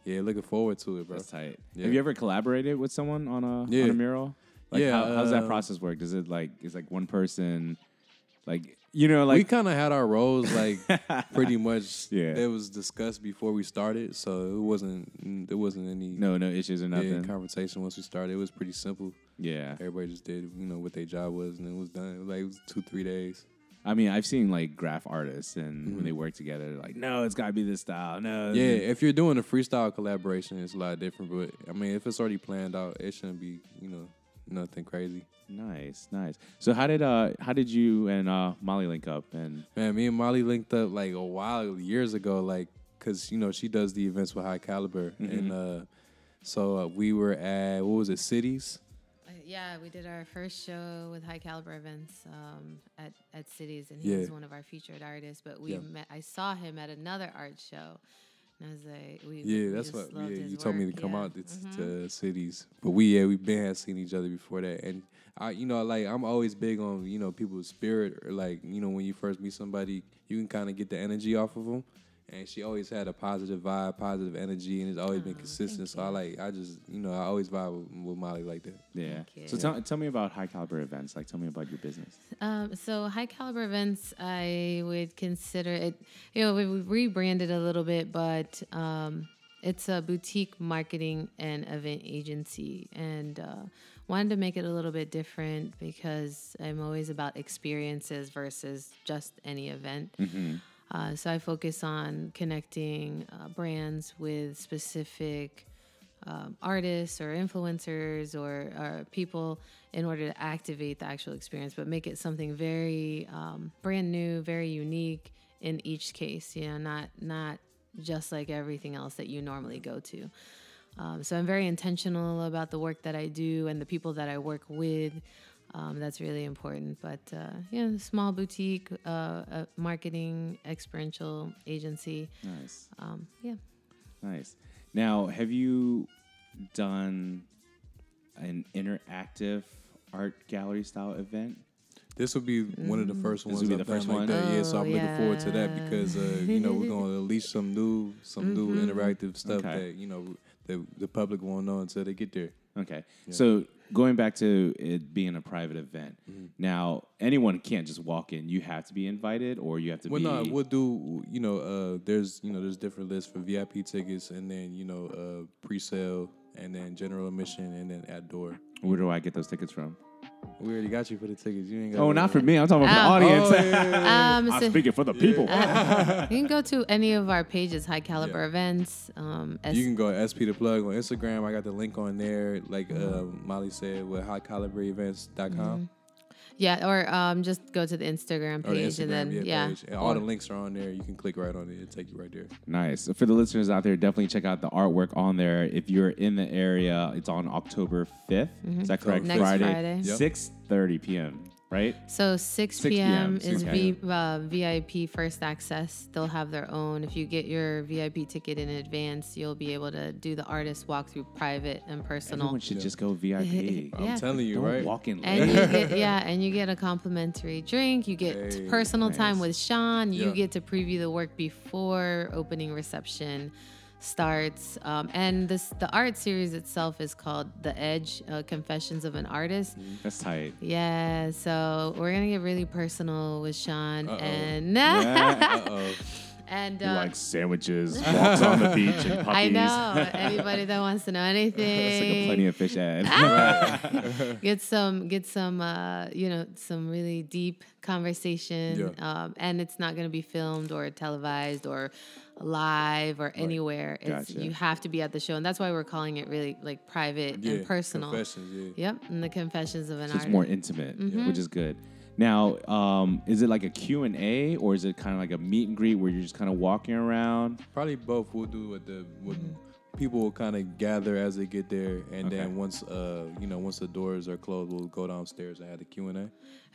Speaker 2: yeah, looking forward to it, bro.
Speaker 1: That's tight.
Speaker 2: Yeah.
Speaker 1: Have you ever collaborated with someone on a on
Speaker 2: Yeah.
Speaker 1: a mural? Like
Speaker 2: Yeah,
Speaker 1: how, how's that
Speaker 2: um,
Speaker 1: process work? Does it like is like one person like you know like
Speaker 2: we kind of had our roles like pretty much.
Speaker 1: Yeah.
Speaker 2: it was discussed before we started, so it wasn't there wasn't any
Speaker 1: no no issues or
Speaker 2: yeah,
Speaker 1: nothing?
Speaker 2: conversation once we started. It was pretty simple.
Speaker 1: Yeah.
Speaker 2: Everybody just did, you know, what their job was, and it was done. It was like it was two, three days.
Speaker 1: I mean, I've seen like graph artists and when they work together they're like no, it's got to be this style. No.
Speaker 2: Yeah, if you're doing a freestyle collaboration, it's a lot different. But I mean, if it's already planned out, it shouldn't be, you know, nothing crazy.
Speaker 1: Nice, nice. So how did uh how did you and uh Molly link up and
Speaker 2: Man, me and Molly linked up like a while years ago, like because you know she does the events with High Caliber, and uh, so uh, we were at what was it, Cities?
Speaker 3: Uh, yeah, we did our first show with High Caliber Events um, at at Cities, and he was
Speaker 2: Yeah.
Speaker 3: one of our featured artists. But we
Speaker 2: Yeah.
Speaker 3: met. I saw him at another art show, And I was like, we
Speaker 2: Yeah,
Speaker 3: we
Speaker 2: that's
Speaker 3: just
Speaker 2: what. Yeah,
Speaker 3: loved his
Speaker 2: you told me to
Speaker 3: work,
Speaker 2: come
Speaker 3: yeah.
Speaker 2: out to,
Speaker 3: Mhm.
Speaker 2: to cities, but we yeah we been had seen each other before that, and I you know like I'm always big on you know people's spirit or like you know when you first meet somebody you can kind of get the energy off of them, and she always had a positive vibe, positive energy, and it's always been
Speaker 3: Aw,
Speaker 2: consistent.
Speaker 3: thank
Speaker 2: So I
Speaker 3: you.
Speaker 2: like I just you know I always vibe with, with Molly like that.
Speaker 1: Yeah.
Speaker 3: Thank you.
Speaker 1: So tell, tell me about high caliber events. Like, tell me about your business.
Speaker 3: Um, so high caliber events, I would consider it. You know, we we rebranded a little bit, but um, it's a boutique marketing and event agency, and uh, wanted to make it a little bit different because I'm always about experiences versus just any event. Uh, so I focus on connecting uh, brands with specific um, artists or influencers or, or people in order to activate the actual experience, but make it something very um, brand new, very unique in each case. You know, not not just like everything else that you normally go to. Um, so I'm very intentional about the work that I do and the people that I work with. Um, that's really important. But uh, yeah, small boutique uh, uh, marketing experiential agency.
Speaker 1: Nice.
Speaker 3: Um, yeah.
Speaker 1: Nice. Now, have you done an interactive art gallery style event?
Speaker 2: This will be one of the first
Speaker 1: This
Speaker 2: ones.
Speaker 1: will be the
Speaker 2: I've done
Speaker 1: first
Speaker 2: like
Speaker 1: one?
Speaker 2: That. yeah, so
Speaker 3: Mm. Oh,
Speaker 2: I'm looking forward to that
Speaker 3: yeah.
Speaker 2: because uh, you know we're gonna unleash some new, some new
Speaker 3: Mm-hmm.
Speaker 2: interactive stuff
Speaker 1: Okay.
Speaker 2: that you know that the public won't know until they get there.
Speaker 1: Okay. So going back to it being a private event,
Speaker 2: Mm-hmm.
Speaker 1: now anyone can't just walk in. You have to be invited, or you have to
Speaker 2: Well,
Speaker 1: be.
Speaker 2: no, we'll do. You know, uh, there's you know there's different lists for VIP tickets, and then you know uh, pre-sale, and then general admission, and then at door.
Speaker 1: where do I get those tickets from?
Speaker 2: We already got you for the tickets. You ain't got.
Speaker 1: Oh, not for me. I'm talking about
Speaker 3: Ow.
Speaker 1: for the audience.
Speaker 2: Oh, yeah, yeah,
Speaker 3: Um, so-
Speaker 1: I'm speaking for the people.
Speaker 3: you can go to any of our pages, High Caliber Events. Um, S-
Speaker 2: You can go SP the plug on Instagram. I got the link on there. Like uh, Molly said, with highcaliberevents.com.
Speaker 3: Mm-hmm. yeah, or um, just go to the Instagram
Speaker 2: Or Oh, the
Speaker 3: page and then,
Speaker 2: Instagram,
Speaker 3: yeah.
Speaker 2: page. And all the
Speaker 3: Or-
Speaker 2: links are on there. You can click right on it. It'll take you right there.
Speaker 1: Nice. For the listeners out there, definitely check out the artwork on there. If you're in the area, it's on October 5th. Is that correct?
Speaker 2: Next
Speaker 3: Friday.
Speaker 2: Yep.
Speaker 1: 6.30 p.m., right?
Speaker 3: So 6
Speaker 1: 6
Speaker 3: p.m.
Speaker 1: p.m.,
Speaker 3: is
Speaker 1: 6
Speaker 3: v, uh, VIP first access. They'll have their own. If you get your VIP ticket in advance, you'll be able to do the artist walkthrough private and personal.
Speaker 1: Everyone should just go VIP.
Speaker 3: Yeah.
Speaker 2: I'm telling you,
Speaker 1: Don't
Speaker 2: right?
Speaker 1: walk in late.
Speaker 3: and you get, yeah, and you get a complimentary drink. You get t-
Speaker 2: Hey,
Speaker 3: personal time
Speaker 1: nice.
Speaker 3: with Sean. You
Speaker 2: Yeah.
Speaker 3: get to preview the work before opening reception starts. Um, and this the art series itself is called The Edge: uh, Confessions of an Artist.
Speaker 1: That's tight.
Speaker 3: Yeah, so we're gonna get really personal with Sean
Speaker 2: Uh-oh.
Speaker 3: and
Speaker 1: Yeah.
Speaker 2: Uh-oh.
Speaker 3: and
Speaker 1: He
Speaker 3: uh,
Speaker 1: likes sandwiches, walks on the beach, and puppies.
Speaker 3: I know anybody that wants to know
Speaker 1: That's like a
Speaker 3: anything.
Speaker 1: plenty of fish ad.
Speaker 3: Ah! get some get some uh, you know some really deep conversation um, and it's not going to be filmed or televised or live or anywhere it's
Speaker 1: Gotcha.
Speaker 3: you have to be at the show and that's why we're calling it really like private
Speaker 2: Yeah,
Speaker 3: and personal
Speaker 2: Confessions, yeah.
Speaker 3: yep and the confessions of an
Speaker 1: so it's
Speaker 3: artist
Speaker 1: more intimate,
Speaker 3: Mm-hmm.
Speaker 1: which is good. Now, um, is it like a Q&A or is it kind of like a meet and greet where you're just kind of walking around?
Speaker 2: Probably both. We'll do what the what people will kind of gather as they get there, and
Speaker 1: Okay.
Speaker 2: then once uh you know once the doors are closed, we'll go downstairs and have the Q and A.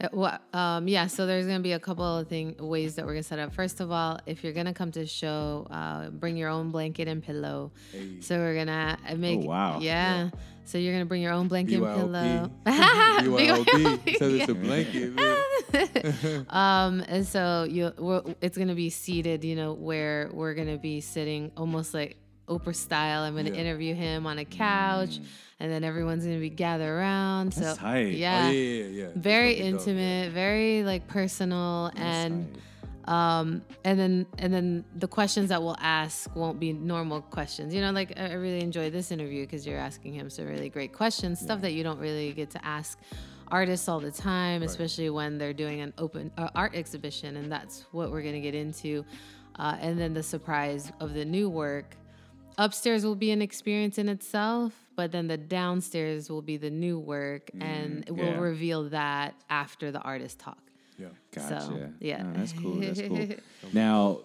Speaker 3: Uh, Well, um, yeah, so there's going to be a couple of thing, ways that we're going to set up. First of all, if you're going to come to the show, uh, bring your own blanket and pillow. So we're going to make.
Speaker 1: Oh, wow.
Speaker 3: Yeah. So you're going to bring your own blanket
Speaker 2: BYOB.
Speaker 3: and pillow.
Speaker 2: BYOB. So it's a
Speaker 3: Yeah.
Speaker 2: blanket. man. Oh,
Speaker 3: Um, and so you, we're, it's gonna be seated, you know, where we're gonna be sitting almost like Oprah style. I'm gonna
Speaker 2: Yeah.
Speaker 3: interview him on a couch, and then everyone's gonna be gathered around.
Speaker 1: That's
Speaker 3: so
Speaker 1: tight.
Speaker 2: Oh, yeah,
Speaker 3: yeah,
Speaker 2: yeah, yeah. It's
Speaker 3: very
Speaker 2: gonna be dope, yeah.
Speaker 3: intimate, very like personal,
Speaker 1: That's
Speaker 3: and
Speaker 1: tight.
Speaker 3: um, and then and then the questions that we'll ask won't be normal questions. You know, like I I really enjoy this interview because you're asking him some really great questions, stuff that you don't really get to ask artists all the time, especially when they're doing an open uh, art exhibition, and that's what we're gonna get into. Uh, and then the surprise of the new work. Upstairs will be an experience in itself, but then the downstairs will be the new work,
Speaker 2: Mm,
Speaker 3: and we'll
Speaker 1: yeah.
Speaker 3: reveal that after the artist talk.
Speaker 2: Yeah.
Speaker 1: Gotcha.
Speaker 3: yeah.
Speaker 1: No, that's cool. That's cool. now,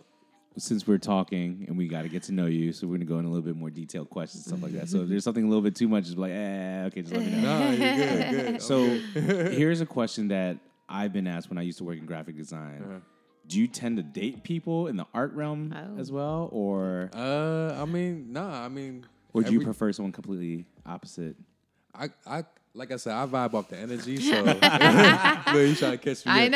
Speaker 1: since we're talking and we got to get to know you, so we're gonna go in a little bit more detailed questions, stuff like that. So if there's something a little bit too much, just be like, eh, okay, just let me know.
Speaker 2: Nah, you're good, good.
Speaker 1: So here's a question that I've been asked when I used to work in graphic design. do you tend to date people in the art realm
Speaker 3: Oh.
Speaker 1: as well, or
Speaker 2: Uh, I mean, nah. I mean,
Speaker 1: or do you
Speaker 2: every-
Speaker 1: prefer someone completely opposite?
Speaker 2: I, I, like I said, I vibe off the energy. So, but you try to catch me.
Speaker 3: I
Speaker 2: up.
Speaker 3: know.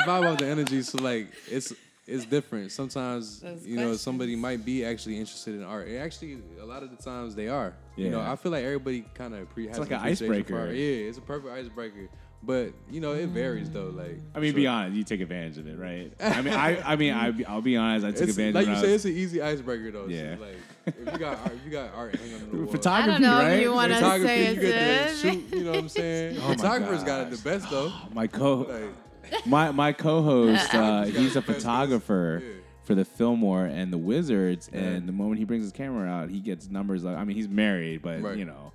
Speaker 2: I vibe off the energy, so like it's it's different. Sometimes
Speaker 3: Those
Speaker 2: you know somebody might be actually interested in art. It actually, a lot of the times they are. You know,
Speaker 1: Yeah.
Speaker 2: I feel like everybody kind of pre has
Speaker 1: like
Speaker 2: an
Speaker 1: a
Speaker 2: appreciation for
Speaker 1: icebreaker.
Speaker 2: art. Yeah, it's a perfect icebreaker. But you know, it varies though. Like
Speaker 1: I mean,
Speaker 2: sure.
Speaker 1: be honest, you take advantage of it, right? I mean, I, I mean, I, I'll be honest, I took
Speaker 2: It's,
Speaker 1: advantage.
Speaker 2: like
Speaker 1: when
Speaker 2: you
Speaker 1: I
Speaker 2: say,
Speaker 1: was-
Speaker 2: it's an easy icebreaker though.
Speaker 1: Yeah.
Speaker 2: Yeah. like if you got art, if you got art hanging on the wall.
Speaker 1: photography,
Speaker 3: I don't know
Speaker 1: right?
Speaker 3: if you want to
Speaker 2: Photography,
Speaker 3: say
Speaker 2: you get to
Speaker 3: it's it.
Speaker 2: shoot. You know what I'm saying?
Speaker 1: Oh my
Speaker 2: Photographers got it
Speaker 1: gosh.
Speaker 2: the best though.
Speaker 1: my co,
Speaker 2: Like,
Speaker 1: my my co-host, uh, he's a
Speaker 2: Best, best,
Speaker 1: photographer.
Speaker 2: yeah.
Speaker 1: For the Fillmore and the Wizards, and the moment he brings his camera out, he gets numbers. Like, I mean, he's married, but
Speaker 2: Right.
Speaker 1: you know,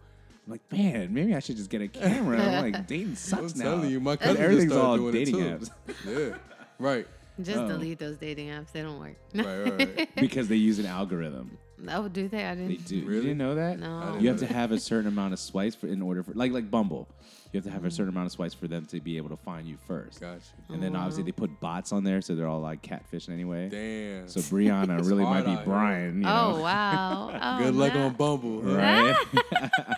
Speaker 1: I'm like, man, maybe I should just get a camera. I'm like, dating
Speaker 2: I'm
Speaker 1: sucks now.
Speaker 2: telling you, my
Speaker 1: And
Speaker 2: cousin
Speaker 1: everything's
Speaker 2: just started
Speaker 1: all
Speaker 2: doing
Speaker 1: dating
Speaker 2: it
Speaker 1: apps.
Speaker 2: too. yeah, right, Oh.
Speaker 3: Just delete those dating apps. They don't work.
Speaker 2: right, right. right.
Speaker 1: because they use an algorithm.
Speaker 3: oh, do they? I didn't.
Speaker 1: They do. You
Speaker 2: Really?
Speaker 1: didn't know that?
Speaker 3: No. I
Speaker 2: didn't
Speaker 1: You
Speaker 2: know
Speaker 1: have to
Speaker 2: that.
Speaker 1: have a certain amount of swipes for, in order for like like Bumble. You have to
Speaker 2: Mm-hmm.
Speaker 1: have a certain amount of swipes for them to be able to find you first.
Speaker 2: Gotcha.
Speaker 1: And then obviously they put bots on there, so they're all like catfishing anyway.
Speaker 2: Damn.
Speaker 1: So Brianna really might
Speaker 2: hard
Speaker 1: be
Speaker 2: out here.
Speaker 1: Brian. You
Speaker 3: Oh
Speaker 1: know?
Speaker 3: wow. Oh,
Speaker 2: Good luck
Speaker 3: no.
Speaker 2: on Bumble. huh?
Speaker 1: Right.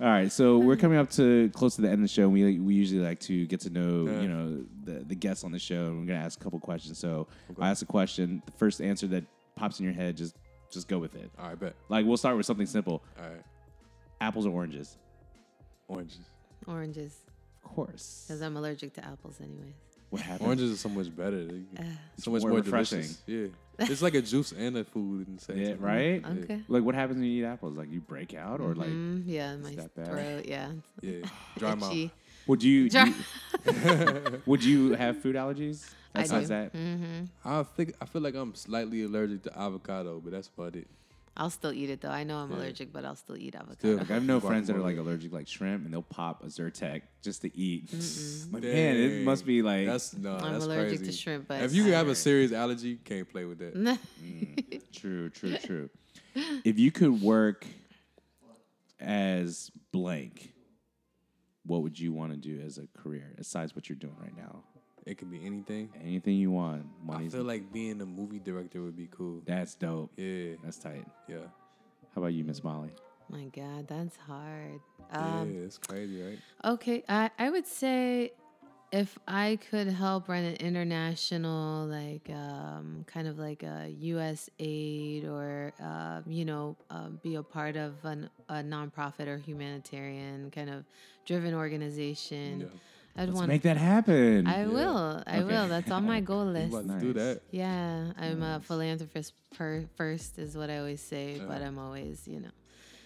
Speaker 1: All right, so we're coming up to close to the end of the show. We we usually like to get to know
Speaker 2: Yeah.
Speaker 1: you know the the guests on the show. and We're gonna ask a couple questions. So I ask a question. The first answer that pops in your head, just just go with it.
Speaker 2: All right, bet.
Speaker 1: Like we'll start with something simple:
Speaker 2: All right,
Speaker 1: apples or oranges.
Speaker 2: oranges.
Speaker 3: Oranges,
Speaker 1: Of course.
Speaker 3: because I'm allergic to apples, anyways.
Speaker 1: What happened?
Speaker 2: Oranges are so much better. They-
Speaker 3: Uh,
Speaker 2: so much
Speaker 1: more
Speaker 2: more,
Speaker 1: refreshing.
Speaker 2: delicious. Yeah, it's like a juice and a food in the same.
Speaker 1: Yeah,
Speaker 2: time.
Speaker 1: right?
Speaker 2: Yeah.
Speaker 3: Okay.
Speaker 1: Like what happens when you eat apples? Like you break out or like
Speaker 3: Mm, yeah, my
Speaker 1: that bad?
Speaker 3: throat. Yeah.
Speaker 2: Yeah, dry mouth.
Speaker 3: Itchy.
Speaker 1: would you, do
Speaker 3: Dry-
Speaker 1: you- would you have food allergies?
Speaker 3: I
Speaker 1: Besides
Speaker 3: do.
Speaker 1: that.
Speaker 2: I think I feel like I'm slightly allergic to avocado, but that's about it.
Speaker 3: I'll still eat it though. I know I'm allergic, but I'll still eat avocado.
Speaker 2: Still,
Speaker 1: Like I have no friends that are
Speaker 2: Guacamole.
Speaker 1: like allergic like shrimp and they'll pop a Zyrtec just to eat. Like, man, it
Speaker 2: Dang.
Speaker 1: must be like
Speaker 2: That's no,
Speaker 3: I'm
Speaker 2: that's
Speaker 3: allergic to
Speaker 2: crazy.
Speaker 3: shrimp, but
Speaker 2: if you
Speaker 3: it's
Speaker 2: have a serious allergy, you can't play with that.
Speaker 1: true, true, true. if you could work as blank, what would you want to do as a career, besides what you're doing right now?
Speaker 2: It can be anything.
Speaker 1: Anything you want.
Speaker 2: I
Speaker 1: Money's
Speaker 2: feel like being a movie director would be cool.
Speaker 1: that's dope.
Speaker 2: Yeah,
Speaker 1: That's tight.
Speaker 2: yeah,
Speaker 1: How about you, Miss Molly?
Speaker 3: My God, that's hard.
Speaker 2: yeah.
Speaker 3: Um,
Speaker 2: It's crazy, right?
Speaker 3: Okay, I, I would say if I could help run an international, like um, kind of like a U.S. aid or, uh, you know, um, be a part of an, a nonprofit or humanitarian kind of driven organization, I'd
Speaker 1: Let's
Speaker 3: want
Speaker 1: make that happen.
Speaker 3: I will. I
Speaker 1: Okay.
Speaker 3: will. That's on my goal
Speaker 2: You
Speaker 3: list.
Speaker 2: about to do
Speaker 1: Nice.
Speaker 2: that?
Speaker 3: Yeah, I'm a philanthropist per, first, is what I always say, but I'm always, you know,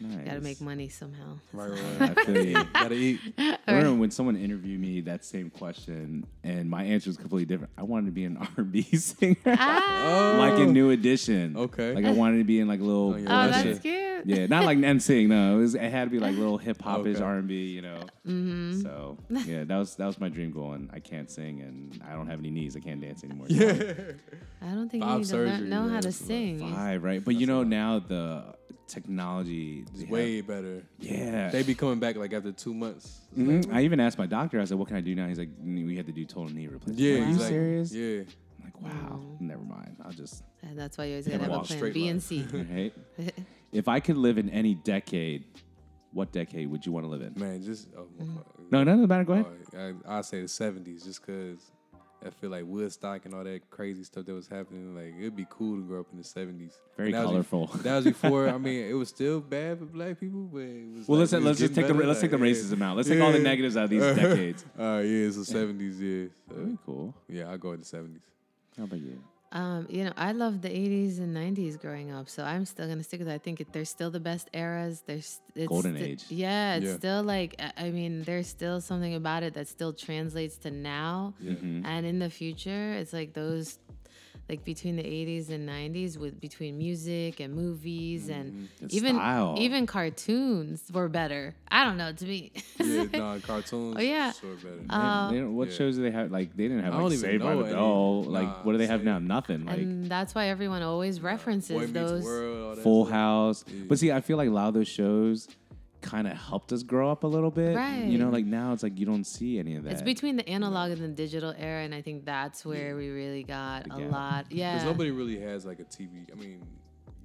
Speaker 1: nice.
Speaker 3: gotta make money somehow.
Speaker 2: Right, right. right.
Speaker 1: I feel you.
Speaker 2: Gotta eat.
Speaker 1: I remember when someone interviewed me that same question, and my answer was completely different. I wanted to be an R&B singer,
Speaker 3: Ah!
Speaker 1: like in New Edition.
Speaker 2: Oh. Okay.
Speaker 1: like I wanted to be in like a little.
Speaker 2: Oh, yeah.
Speaker 3: Oh,
Speaker 2: Well,
Speaker 1: yeah.
Speaker 2: that
Speaker 3: that's
Speaker 2: shit.
Speaker 3: cute.
Speaker 1: not like NSYNC. No, it, was, it had to be like little hip hop ish
Speaker 2: Okay.
Speaker 1: R and B, you know. So yeah, that was that was my dream goal, and I can't sing, and I don't have any knees. I can't dance anymore. so-
Speaker 3: I don't think you
Speaker 2: Bob
Speaker 3: need to learn,
Speaker 2: surgery,
Speaker 3: know how
Speaker 2: man,
Speaker 3: to
Speaker 2: it's like
Speaker 3: sing.
Speaker 1: Five, right? But you know now the technology they
Speaker 2: It's
Speaker 1: have-
Speaker 2: way better.
Speaker 1: yeah.
Speaker 2: They be coming back like after two months.
Speaker 1: Mhm. I even asked my doctor. I said, "What can I do now?" He's like, "Mm, "We have to do total knee replacement."
Speaker 2: Yeah,
Speaker 1: I'm like, Are you
Speaker 2: he's like,
Speaker 1: serious?
Speaker 2: Yeah,
Speaker 1: I'm like, wow. Never mind. I'll just
Speaker 3: And that's why you always gotta have a
Speaker 1: walk
Speaker 3: plan
Speaker 2: straight
Speaker 3: B
Speaker 2: line.
Speaker 3: and C.
Speaker 1: right. if I could live in any decade, what decade would you want to live in?
Speaker 2: man. Just oh, my
Speaker 1: Mm.
Speaker 2: God.
Speaker 1: No, none of the matter. Go ahead.
Speaker 2: Oh, I, I say the '70s, just cause I feel like Woodstock and all that crazy stuff that was happening. Like it'd be cool to grow up in the '70s.
Speaker 1: Very
Speaker 2: And that was
Speaker 1: colorful.
Speaker 2: bef- that was before. I mean, it was still bad for black people, but it was.
Speaker 1: well,
Speaker 2: like,
Speaker 1: let's
Speaker 2: it was
Speaker 1: let's just
Speaker 2: getting
Speaker 1: take the
Speaker 2: better,
Speaker 1: let's take the
Speaker 2: like, yeah.
Speaker 1: racism out. Let's take all the
Speaker 2: Yeah.
Speaker 1: negatives out of these decades.
Speaker 2: Uh, yeah, it's the '70s. Yeah,
Speaker 1: Very
Speaker 2: so,
Speaker 1: cool.
Speaker 2: yeah, I go in the '70s.
Speaker 1: How about you?
Speaker 3: Um, you know, I loved the 80s and 90s growing up, so I'm still gonna stick with that. I think it, they're still the best eras. There's it's
Speaker 1: Golden
Speaker 3: sti-
Speaker 1: age.
Speaker 3: Yeah, it's
Speaker 2: Yeah.
Speaker 3: still like I- I mean, there's still something about it that still translates to now and in the future. It's like those. Like between the 80s and 90s, with between music and movies and
Speaker 1: The
Speaker 3: even
Speaker 1: style.
Speaker 3: even cartoons were better. I don't know to me.
Speaker 2: Yeah, nah, cartoons.
Speaker 3: Oh, yeah. Um,
Speaker 2: sure better.
Speaker 1: Man, they don't- what
Speaker 2: yeah.
Speaker 1: shows do they have? Like they didn't have
Speaker 2: I don't
Speaker 1: like
Speaker 2: even
Speaker 1: Saved by
Speaker 2: know
Speaker 1: the
Speaker 2: any.
Speaker 1: Bell. Like
Speaker 2: Nah,
Speaker 1: what do they have
Speaker 2: Saved-
Speaker 1: now? Nothing. Like
Speaker 3: and that's why everyone always references
Speaker 2: Boy Meets
Speaker 3: those.
Speaker 2: World, all that
Speaker 1: Full
Speaker 2: stuff.
Speaker 1: House. But see, I feel like a lot of those shows kind of helped us grow up a little bit. You know,
Speaker 3: Right.
Speaker 1: like now it's like you don't see any of that.
Speaker 3: It's between the analog and the digital era, and I think that's where we really got a
Speaker 1: gap.
Speaker 3: lot. Yeah.
Speaker 2: Because nobody really has like a TV. I mean,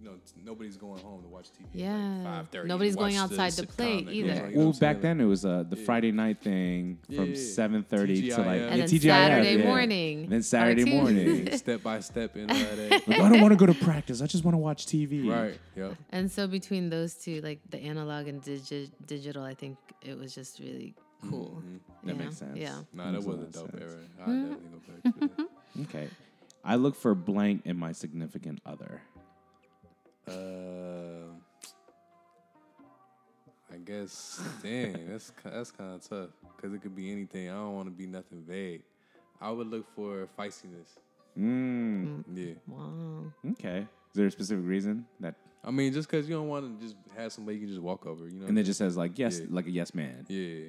Speaker 2: you know, it's- nobody's going home to watch TV.
Speaker 3: Yeah.
Speaker 2: At, like, 5:30 to
Speaker 3: Nobody's going
Speaker 2: watch the
Speaker 3: outside to
Speaker 2: sitcom
Speaker 3: play
Speaker 2: that-
Speaker 3: either.
Speaker 2: you know
Speaker 1: Yeah.
Speaker 2: what
Speaker 1: Well,
Speaker 2: I'm
Speaker 1: back
Speaker 2: saying?
Speaker 1: then it was uh, the Friday night thing
Speaker 2: Yeah,
Speaker 1: from
Speaker 2: yeah, yeah.
Speaker 1: seven thirty to like
Speaker 2: TGIF.
Speaker 3: And
Speaker 1: yeah,
Speaker 3: then
Speaker 1: TGIF,
Speaker 3: Saturday
Speaker 1: yeah.
Speaker 3: morning,
Speaker 1: And then
Speaker 3: or
Speaker 1: Saturday
Speaker 3: Tuesday.
Speaker 1: morning.
Speaker 2: Like, step by step and all that.
Speaker 1: Like, I don't want to go to practice. I just want to watch TV.
Speaker 2: right. Yep.
Speaker 3: and so between those two, like the analog and digi- digital, I think it was just really cool.
Speaker 1: Mm-hmm. That
Speaker 3: you
Speaker 1: makes
Speaker 3: know?
Speaker 1: sense.
Speaker 3: Yeah.
Speaker 2: Nah, that
Speaker 1: Makes a
Speaker 2: was a
Speaker 1: lot of
Speaker 2: dope
Speaker 1: sense.
Speaker 2: era. I definitely go back to
Speaker 1: Okay. I look for blank in my significant other.
Speaker 2: that. Uh, I guess. Dang, that's ki- that's kind of tough because it could be anything. I don't want to be nothing vague. I would look for feistiness.
Speaker 1: Mm.
Speaker 2: Yeah.
Speaker 3: Wow.
Speaker 1: Okay. Is there a specific reason that?
Speaker 2: I mean, just because you don't want to just have somebody you can just walk over. You know.
Speaker 1: And it just says like yes,
Speaker 2: Yeah.
Speaker 1: like a yes man.
Speaker 2: yeah.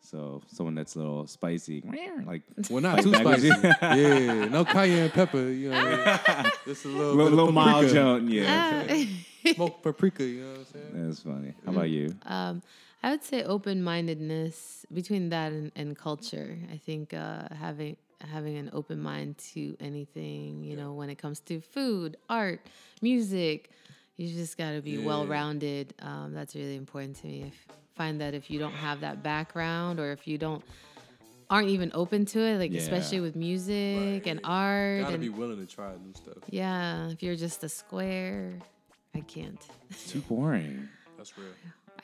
Speaker 1: So someone that's a little spicy, like
Speaker 2: Well, not too
Speaker 1: back with
Speaker 2: spicy.
Speaker 1: you.
Speaker 2: yeah, no cayenne pepper. You know, what I mean? just a little, bit
Speaker 1: little,
Speaker 2: of
Speaker 1: little mild
Speaker 2: paprika.
Speaker 1: joint.
Speaker 3: Ah.
Speaker 1: Yeah,
Speaker 2: smoked paprika. You know what I'm saying?
Speaker 1: that's funny. How about you?
Speaker 3: Um, I would say open mindedness between that and, and culture. I think uh, having having an open mind to anything, you know, when it comes to food, art, music, you just got to be well rounded. Um, that's really important to me. I find that if you don't have that background or if you don't aren't even open to it, like
Speaker 1: Yeah.
Speaker 3: especially with music and
Speaker 2: Right.
Speaker 3: art,
Speaker 2: Gotta
Speaker 3: and
Speaker 2: be willing to try new stuff.
Speaker 3: yeah, if you're just a square, I can't.
Speaker 1: It's too boring.
Speaker 2: That's real.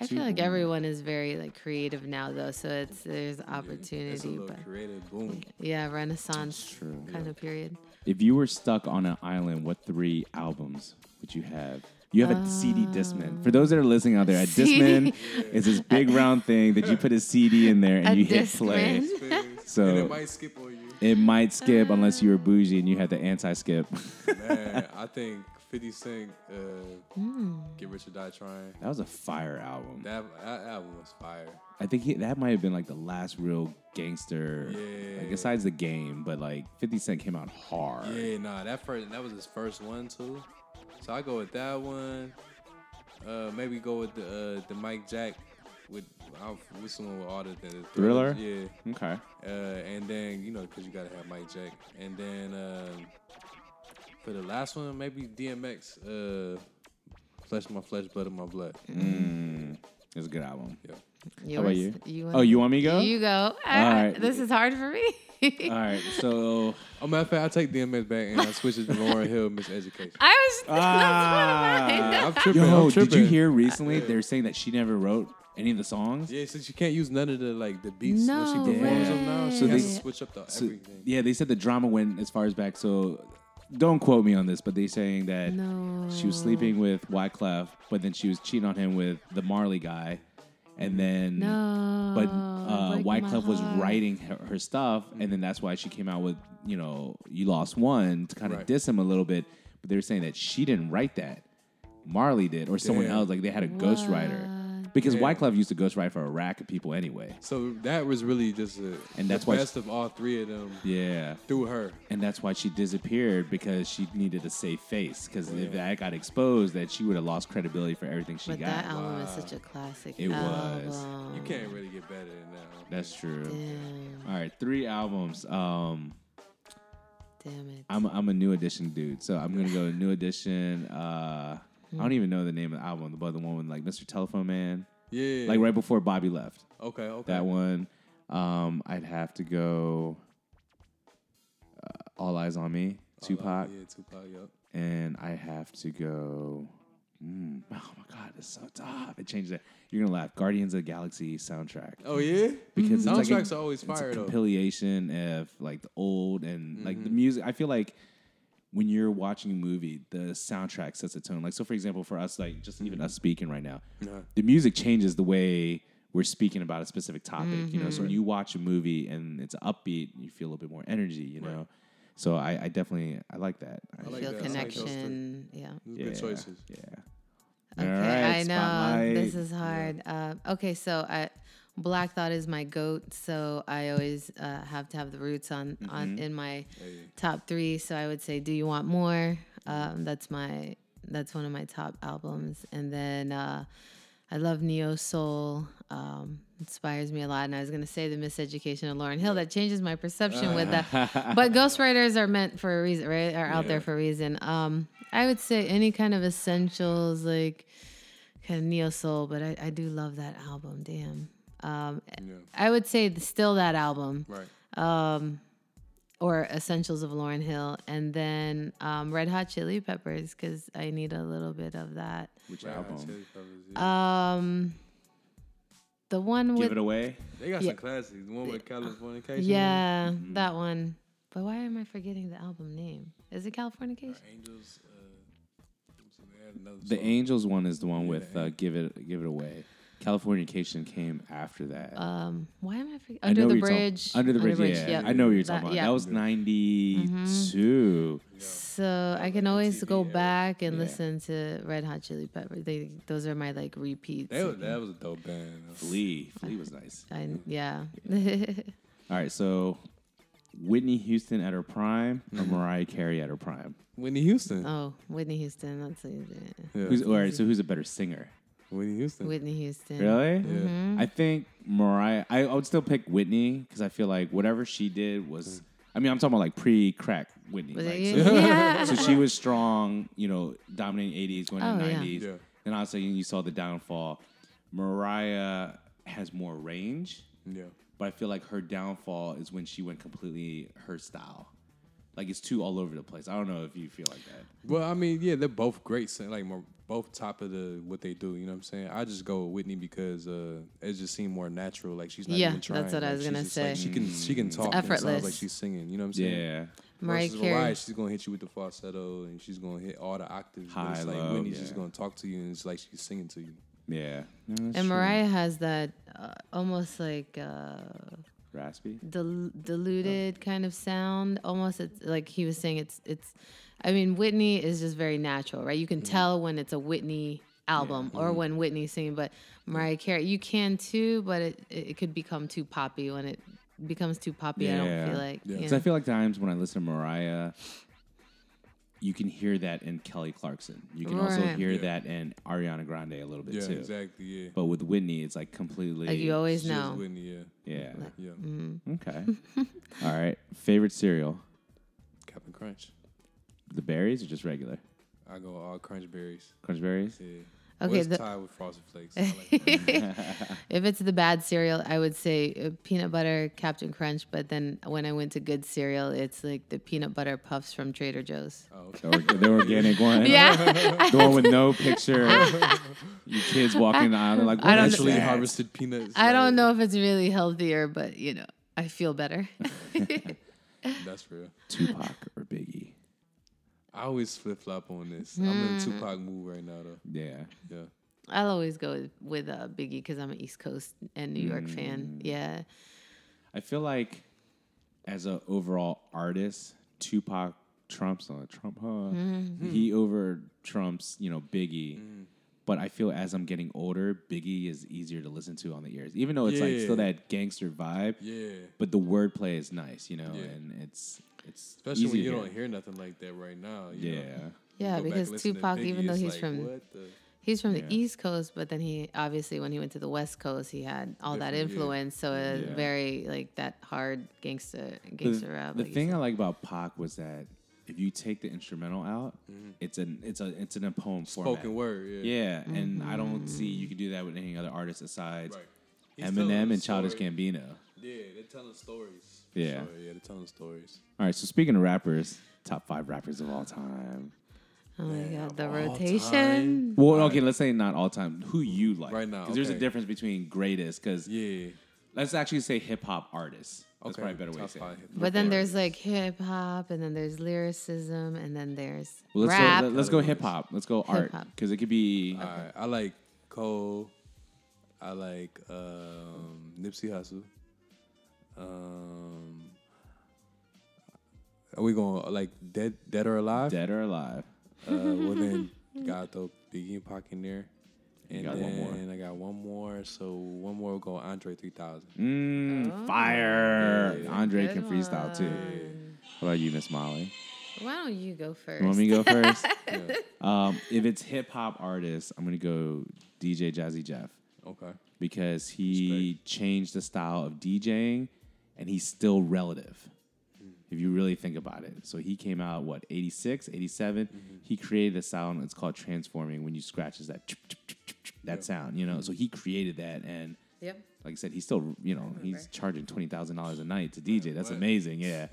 Speaker 3: I feel like everyone is very like creative now though, so it's there's
Speaker 2: It's a
Speaker 3: opportunity,
Speaker 2: little
Speaker 3: but
Speaker 2: creative boom.
Speaker 3: yeah, renaissance
Speaker 1: true.
Speaker 3: kind of period.
Speaker 1: If you were stuck on an island, what three albums would you have? You have a
Speaker 3: Uh,
Speaker 1: CD Discman. For those that are listening out there, a
Speaker 3: CD.
Speaker 1: Discman is this big round thing that you put a CD in there
Speaker 3: A
Speaker 1: and you hit play.
Speaker 3: Discman.
Speaker 1: So-
Speaker 2: and it might skip on you.
Speaker 1: It might skip unless you were
Speaker 3: Uh.
Speaker 1: bougie and you had the anti-skip.
Speaker 2: Man, I think 50 Cent, uh, Get Rich or Die Trying.
Speaker 1: that was a fire album.
Speaker 2: That, that album was fire.
Speaker 1: I think he, that might have been like the last real gangster, like
Speaker 2: Yeah.
Speaker 1: besides the game, but like 50 Cent came out hard.
Speaker 2: Yeah, nah, that first that was his first one too. So I go with that one. Uh, maybe go with the uh, the Mike Jack with I'll- with someone with all the, the
Speaker 1: Thriller?
Speaker 2: thrillers, Yeah.
Speaker 1: Okay.
Speaker 2: Uh, and then you know, cause you gotta have Mike Jack. And then um, for the last one, maybe DMX. Uh, flesh of my flesh, blood of my blood.
Speaker 1: It was a good album.
Speaker 2: Yeah.
Speaker 3: Yours,
Speaker 1: How about you?
Speaker 3: wanna-
Speaker 1: oh, you want me to go?
Speaker 3: You go. All
Speaker 1: right. Uh,
Speaker 3: right. This is hard for me.
Speaker 1: All right. So,
Speaker 2: Oh, matter of fact, I take DMX back and I switch it to Lauren Hill, Miss Education.
Speaker 3: I was.
Speaker 1: Ah.
Speaker 3: that's one
Speaker 2: I'm
Speaker 3: of mine.
Speaker 2: tripping.
Speaker 1: yo,
Speaker 2: I'm tripping.
Speaker 1: did you hear recently they're saying that she never wrote any of the songs?
Speaker 2: Yeah, since you can't use none of the like the beats when
Speaker 3: No
Speaker 2: she performs them
Speaker 1: way.
Speaker 2: now, she has
Speaker 1: So
Speaker 2: to
Speaker 1: they-
Speaker 2: switch up the
Speaker 1: So,
Speaker 2: everything.
Speaker 1: yeah, they said the drama went as far as back. So, don't quote me on this, but they saying that
Speaker 3: No.
Speaker 1: she was sleeping with Wyclef, but then she was cheating on him with the Marley guy, and then
Speaker 3: No.
Speaker 1: but uh,
Speaker 3: break Oh, my
Speaker 1: Wyclef was
Speaker 3: heart.
Speaker 1: writing her, her stuff, and then that's why she came out with you know you lost one to kind of
Speaker 2: Right.
Speaker 1: diss him a little bit. But they were saying that she didn't write that, Marley did, or someone
Speaker 2: Damn.
Speaker 1: else. Like they had a ghostwriter because
Speaker 2: Damn.
Speaker 1: Wyclef used to ghostwrite for a rack of people anyway.
Speaker 2: So that was really just a,
Speaker 1: And that's
Speaker 2: the
Speaker 1: why-
Speaker 2: best of all three of them
Speaker 1: Yeah,
Speaker 2: through her.
Speaker 1: and that's why she disappeared because she needed a safe face. Because if that got exposed, that she would have lost credibility for everything she
Speaker 3: But
Speaker 1: got.
Speaker 3: that album is such a classic.
Speaker 1: It was.
Speaker 3: album.
Speaker 2: You can't really get better than that.
Speaker 1: That's true.
Speaker 3: Damn,
Speaker 1: All right, three albums. Um,
Speaker 3: damn it.
Speaker 1: I'm I'm a new edition dude, so I'm gonna go new edition. Uh, I don't even know the name of the album, but the one with like Mr. Telephone Man,
Speaker 2: Yeah.
Speaker 1: like right before Bobby left.
Speaker 2: okay, okay.
Speaker 1: That one. Um, I'd have to go. Uh, All eyes on me, Tupac,
Speaker 2: Yeah, Tupac. Yep.
Speaker 1: and I have to go. Mm, oh my God, it's so tough. It changed that. You're gonna laugh. Guardians of the Galaxy soundtrack
Speaker 2: Oh yeah.
Speaker 1: because it's like
Speaker 2: Soundtracks
Speaker 1: a,
Speaker 2: are always
Speaker 1: it's a
Speaker 2: fire though.
Speaker 1: compilation of like the old and like the music. I feel like when you're watching a movie, the soundtrack sets a tone. Like so, for example, for us, like just even us speaking right now, the music changes the way we're speaking about a specific topic. You know, so when you watch a movie and it's upbeat, you feel a little bit more energy. You know, so I, I definitely I like that. I
Speaker 2: like
Speaker 3: Feel
Speaker 2: that. I like those three.
Speaker 3: connection. Yeah.
Speaker 2: Those
Speaker 1: yeah,
Speaker 2: Good choices.
Speaker 1: Yeah.
Speaker 3: Okay,
Speaker 1: All right,
Speaker 3: I know
Speaker 1: Spotlight.
Speaker 3: this is hard. Uh, okay, so I, Black Thought is my goat, so I always uh, have to have the roots on
Speaker 1: Mm-hmm.
Speaker 3: on in my top three. So I would say, "Do You Want More?" Um, that's my that's one of my top albums, and then uh, I love neo soul. Um, inspires me a lot. And I was gonna say the miseducation of Lauren Hill that changes my perception with that. But ghostwriters are meant for a reason, right? Are out there for a reason. Um, I would say any kind of essentials like kind of neo soul, but I, I do love that album. Damn. Um, I would say the, still that album
Speaker 2: Right.
Speaker 3: or Essentials of Lauren Hill, and then um, Red Hot Chili Peppers because I need a little bit of that.
Speaker 1: Which
Speaker 2: Red Hot
Speaker 1: album?
Speaker 2: Chili Peppers, yeah.
Speaker 3: Um, the one
Speaker 1: Give
Speaker 3: with
Speaker 1: it away.
Speaker 2: they got
Speaker 3: yeah. Uh,
Speaker 2: some classics. The one with Californication.
Speaker 3: yeah,
Speaker 1: Mm-hmm.
Speaker 3: that one. But why am I forgetting the album name? Is it Californication?
Speaker 2: Angels. Uh, they had another
Speaker 1: The
Speaker 2: song.
Speaker 1: Angels one is the one with
Speaker 2: the
Speaker 1: uh, "Give It Give It Away." Californication came after that.
Speaker 3: Um, why am I forgetting?
Speaker 1: I know
Speaker 3: Under
Speaker 1: what
Speaker 3: the
Speaker 1: you're talking-
Speaker 3: bridge.
Speaker 1: Under the bridge. yeah,
Speaker 3: yep.
Speaker 1: I know what you're
Speaker 3: That-
Speaker 1: talking about.
Speaker 3: yeah.
Speaker 1: That was '92.
Speaker 3: So I can always
Speaker 2: MTV
Speaker 3: go
Speaker 2: era.
Speaker 3: back and
Speaker 1: Yeah.
Speaker 3: listen to Red Hot Chili Peppers. They those are my like repeats.
Speaker 2: That was, that was a dope band. though.
Speaker 1: Flea, Flea was nice.
Speaker 3: I, yeah.
Speaker 1: All right, so Whitney Houston at her prime or Mariah Carey at her prime?
Speaker 2: Whitney Houston.
Speaker 3: oh, Whitney Houston. That's what you did.
Speaker 2: yeah.
Speaker 1: Who's all right? So who's a better singer?
Speaker 2: Whitney Houston.
Speaker 3: Whitney Houston.
Speaker 1: Really?
Speaker 3: Mm-hmm.
Speaker 2: Mhm.
Speaker 1: I think Mariah. I, I would still pick Whitney because I feel like whatever she did was. I mean, I'm talking about like pre-crack Whitney.
Speaker 3: Was
Speaker 1: like,
Speaker 3: it
Speaker 1: so-
Speaker 3: you? Yeah.
Speaker 1: so she was strong, you know, dominating 80s, going
Speaker 3: Oh,
Speaker 1: to
Speaker 3: yeah.
Speaker 1: 90s.
Speaker 2: Yeah.
Speaker 1: And all of a sudden, you saw the downfall. Mariah has more range,
Speaker 2: Yeah.
Speaker 1: but I feel like her downfall is when she went completely her style. Like it's too all over the place. I don't know if you feel like that.
Speaker 2: Well, I mean, yeah, they're both great. sing- Like, more, both top of the what they do. You know what I'm saying? I just go with Whitney because uh, it just seemed more natural. Like she's not
Speaker 3: Yeah,
Speaker 2: even
Speaker 3: that's
Speaker 2: trying.
Speaker 3: what I
Speaker 2: Like,
Speaker 3: was
Speaker 2: she's
Speaker 3: gonna
Speaker 2: just, like,
Speaker 3: say.
Speaker 2: she can she can talk. and it sounds like
Speaker 3: effortless.
Speaker 2: she's singing. You know what I'm saying?
Speaker 1: Mm. Yeah.
Speaker 3: Mariah
Speaker 2: Versus
Speaker 3: Carey.
Speaker 2: Mariah, she's gonna hit you with the falsetto and she's gonna hit all the octaves. but
Speaker 1: High,
Speaker 2: it's like
Speaker 1: low,
Speaker 2: Whitney's
Speaker 1: yeah.
Speaker 2: just gonna talk to you and it's like she's singing to you.
Speaker 1: Yeah. No, that's
Speaker 3: And
Speaker 1: true.
Speaker 3: Mariah has that uh, almost like uh,
Speaker 1: Raspy.
Speaker 3: del- diluted kind of sound. Almost it's, like he was saying, it's it's. I mean, Whitney is just very natural, right? You can tell when it's a Whitney album or when Whitney's singing, but Mariah Carey, you can too, but it it it could become too poppy when it becomes too poppy. I don't feel like
Speaker 2: Yeah.
Speaker 3: you
Speaker 1: Because
Speaker 3: know.
Speaker 1: I feel like times when I listen to Mariah, you can hear that in Kelly Clarkson. You can also
Speaker 3: Right.
Speaker 1: hear
Speaker 2: Yeah.
Speaker 1: that in Ariana Grande a little bit
Speaker 2: Yeah,
Speaker 1: too.
Speaker 2: exactly. Yeah.
Speaker 1: But with Whitney, it's like completely.
Speaker 3: like you always
Speaker 2: She's just
Speaker 3: know.
Speaker 2: Whitney, yeah.
Speaker 1: yeah.
Speaker 2: Yeah.
Speaker 3: Mm.
Speaker 1: Okay. All right. Favorite cereal?
Speaker 2: Captain Crunch.
Speaker 1: The berries or just regular?
Speaker 2: I go all crunch berries.
Speaker 1: Crunch berries?
Speaker 2: Yeah.
Speaker 3: Okay,
Speaker 2: Okay. What's
Speaker 3: the-
Speaker 2: tied with frosted flakes? I like that.
Speaker 3: If it's the bad cereal, I would say uh, peanut butter Captain Crunch. But then when I went to good cereal, it's like the peanut butter puffs from Trader Joe's.
Speaker 2: oh, okay.
Speaker 1: The, org- the organic one?
Speaker 3: Yeah,
Speaker 1: The one with no picture. you kids walking the aisle, they're like,
Speaker 3: I
Speaker 1: what
Speaker 3: don't-
Speaker 1: is
Speaker 2: Naturally
Speaker 1: that?
Speaker 2: harvested peanuts.
Speaker 3: I
Speaker 2: like,
Speaker 3: don't know if it's really healthier, but you know, I feel better.
Speaker 2: That's real.
Speaker 1: Tupac or Biggie?
Speaker 2: I always flip flop on this. I'm
Speaker 3: Mm.
Speaker 2: in Tupac mood right now though.
Speaker 1: Yeah.
Speaker 2: Yeah.
Speaker 3: I'll always go with, with uh, Biggie because I'm an East Coast and New York
Speaker 2: Mm.
Speaker 3: fan. Yeah,
Speaker 1: I feel like as an overall artist, Tupac trumps on Trump. Huh?
Speaker 3: Mm-hmm.
Speaker 1: He over trumps, you know, Biggie. But I feel as I'm getting older, Biggie is easier to listen to on the ears, even though it's like still
Speaker 2: Yeah.
Speaker 1: that gangster vibe.
Speaker 2: Yeah.
Speaker 1: But the wordplay is nice, you know,
Speaker 2: Yeah.
Speaker 1: and it's it's easy
Speaker 2: Especially when
Speaker 1: to
Speaker 2: you
Speaker 1: hear.
Speaker 2: don't hear nothing like that right now. You
Speaker 1: Yeah,
Speaker 2: Know?
Speaker 3: yeah,
Speaker 2: Go back,
Speaker 3: because
Speaker 2: listen to
Speaker 3: Tupac,
Speaker 2: Biggie,
Speaker 3: even though
Speaker 2: it's
Speaker 3: he's
Speaker 2: like,
Speaker 3: from
Speaker 2: what the
Speaker 3: he's from
Speaker 1: Yeah.
Speaker 3: the East Coast, but then he obviously when he went to the West Coast, he had all
Speaker 2: Different,
Speaker 3: that
Speaker 2: yeah.
Speaker 3: influence. So it's
Speaker 1: Yeah.
Speaker 3: very like that hard gangster
Speaker 1: The-
Speaker 3: gangster rap.
Speaker 1: the
Speaker 3: like you
Speaker 1: thing
Speaker 3: said.
Speaker 1: I like about Pac was that if you take the instrumental out, it's an it's a it's in a poem format.
Speaker 2: Mm-hmm. spoken word, yeah.
Speaker 1: Yeah, and I
Speaker 3: Mm-hmm.
Speaker 1: don't see you can do that with any other artist aside
Speaker 2: Right. He's telling
Speaker 1: Eminem
Speaker 2: a
Speaker 1: and Childish
Speaker 2: story.
Speaker 1: Gambino.
Speaker 2: Yeah, they're telling stories.
Speaker 1: Yeah.
Speaker 2: Sorry, yeah, they're telling stories.
Speaker 1: All right, so speaking of rappers, top five rappers of all time.
Speaker 3: Oh my god, the
Speaker 2: of all
Speaker 3: rotation.
Speaker 1: Well, okay, let's say not all time. Who you like
Speaker 2: Right now,
Speaker 1: Because there's a
Speaker 2: okay.
Speaker 1: difference between greatest. Because
Speaker 2: Yeah.
Speaker 1: let's actually say hip hop artists. That's probably a better way to
Speaker 2: top
Speaker 1: say.
Speaker 2: five
Speaker 1: it.
Speaker 2: hip hop
Speaker 3: But then
Speaker 2: artists.
Speaker 3: there's like hip hop, and then there's lyricism, and then there's
Speaker 1: Well, let's
Speaker 3: rap.
Speaker 1: go. Let's go hip hop. Let's go art.
Speaker 3: Hip-hop.
Speaker 1: Because it could be.
Speaker 2: All right, I like Cole. I like um, Nipsey Hussle. Um, are we going like dead, dead or alive?
Speaker 1: Dead or alive.
Speaker 2: Uh, well then, got throw Biggie and Pac in there, and
Speaker 1: got one
Speaker 2: then
Speaker 1: more.
Speaker 2: I got one more. So one more will go Andre three thousand.
Speaker 3: Oh,
Speaker 1: Mm, Fire. Andre
Speaker 3: Good
Speaker 1: can freestyle too.
Speaker 3: one.
Speaker 1: How about you, Miss Molly?
Speaker 3: Why don't you go first?
Speaker 1: You want me to go first?
Speaker 2: Yeah.
Speaker 1: um, if it's hip hop artists, I'm gonna go DJ Jazzy Jeff
Speaker 2: Okay.
Speaker 1: because he changed the style of DJing, and he's still relative. If you really think about it, so he came out what 86, 87. He created a sound. It's called transforming. When you scratch, is that that sound? You know. So he created that, and
Speaker 3: Yep.
Speaker 1: like I said, he's still you know he's
Speaker 3: Remember.
Speaker 1: charging twenty thousand dollars a night to DJ. That's
Speaker 2: what?
Speaker 1: amazing. Yeah.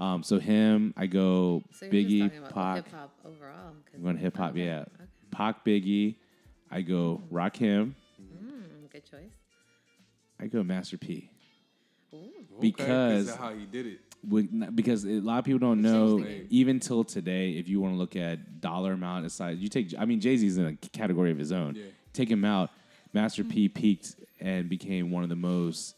Speaker 1: Um. So him, I go
Speaker 3: So you're
Speaker 1: Biggie,
Speaker 3: just talking about
Speaker 1: Pac.
Speaker 3: hip hop overall. 'cause-
Speaker 1: I'm going hip hop.
Speaker 3: Okay.
Speaker 1: Yeah. Pac, Biggie. I go Rock him.
Speaker 3: Mm, good choice.
Speaker 1: I go Master P.
Speaker 3: Ooh.
Speaker 2: Okay,
Speaker 1: Because-
Speaker 2: that's how he did it.
Speaker 1: Would not- Because a lot of people don't
Speaker 3: He changed the
Speaker 1: know,
Speaker 2: game.
Speaker 1: even till today, if you want to look at dollar amount aside, you take. I mean, Jay Z's in a category of his own.
Speaker 2: Yeah.
Speaker 1: Take him out. Master P peaked and became one of the most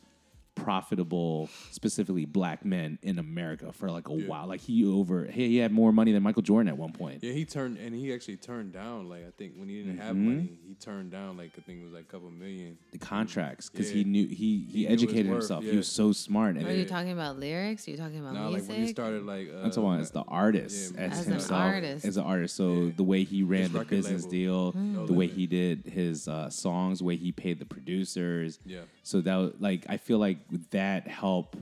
Speaker 1: profitable, specifically black men in America for like a while. Like he over, hey, he had more money than Michael Jordan at one point.
Speaker 2: Yeah, he turned and he actually turned down like I think when he didn't have money, he turned down like I think it was like a couple million.
Speaker 1: The contracts because
Speaker 2: Yeah.
Speaker 1: he knew he he,
Speaker 2: He knew his
Speaker 1: educated
Speaker 2: worth,
Speaker 1: himself. He
Speaker 2: yeah.
Speaker 1: was so smart. And
Speaker 3: Are
Speaker 1: it-
Speaker 3: you talking about lyrics? Are you talking about
Speaker 2: Now like
Speaker 3: music?
Speaker 2: when he started like uh,
Speaker 1: That's why it's the artist
Speaker 2: Yeah,
Speaker 1: as,
Speaker 3: As an
Speaker 1: himself
Speaker 3: artist.
Speaker 1: as an artist. So the way he ran
Speaker 2: His
Speaker 1: the
Speaker 2: record
Speaker 1: business
Speaker 2: label.
Speaker 1: deal, the way
Speaker 2: limit.
Speaker 1: he did his uh, songs, the way he paid the producers.
Speaker 2: Yeah.
Speaker 1: So that was- like I feel like that helped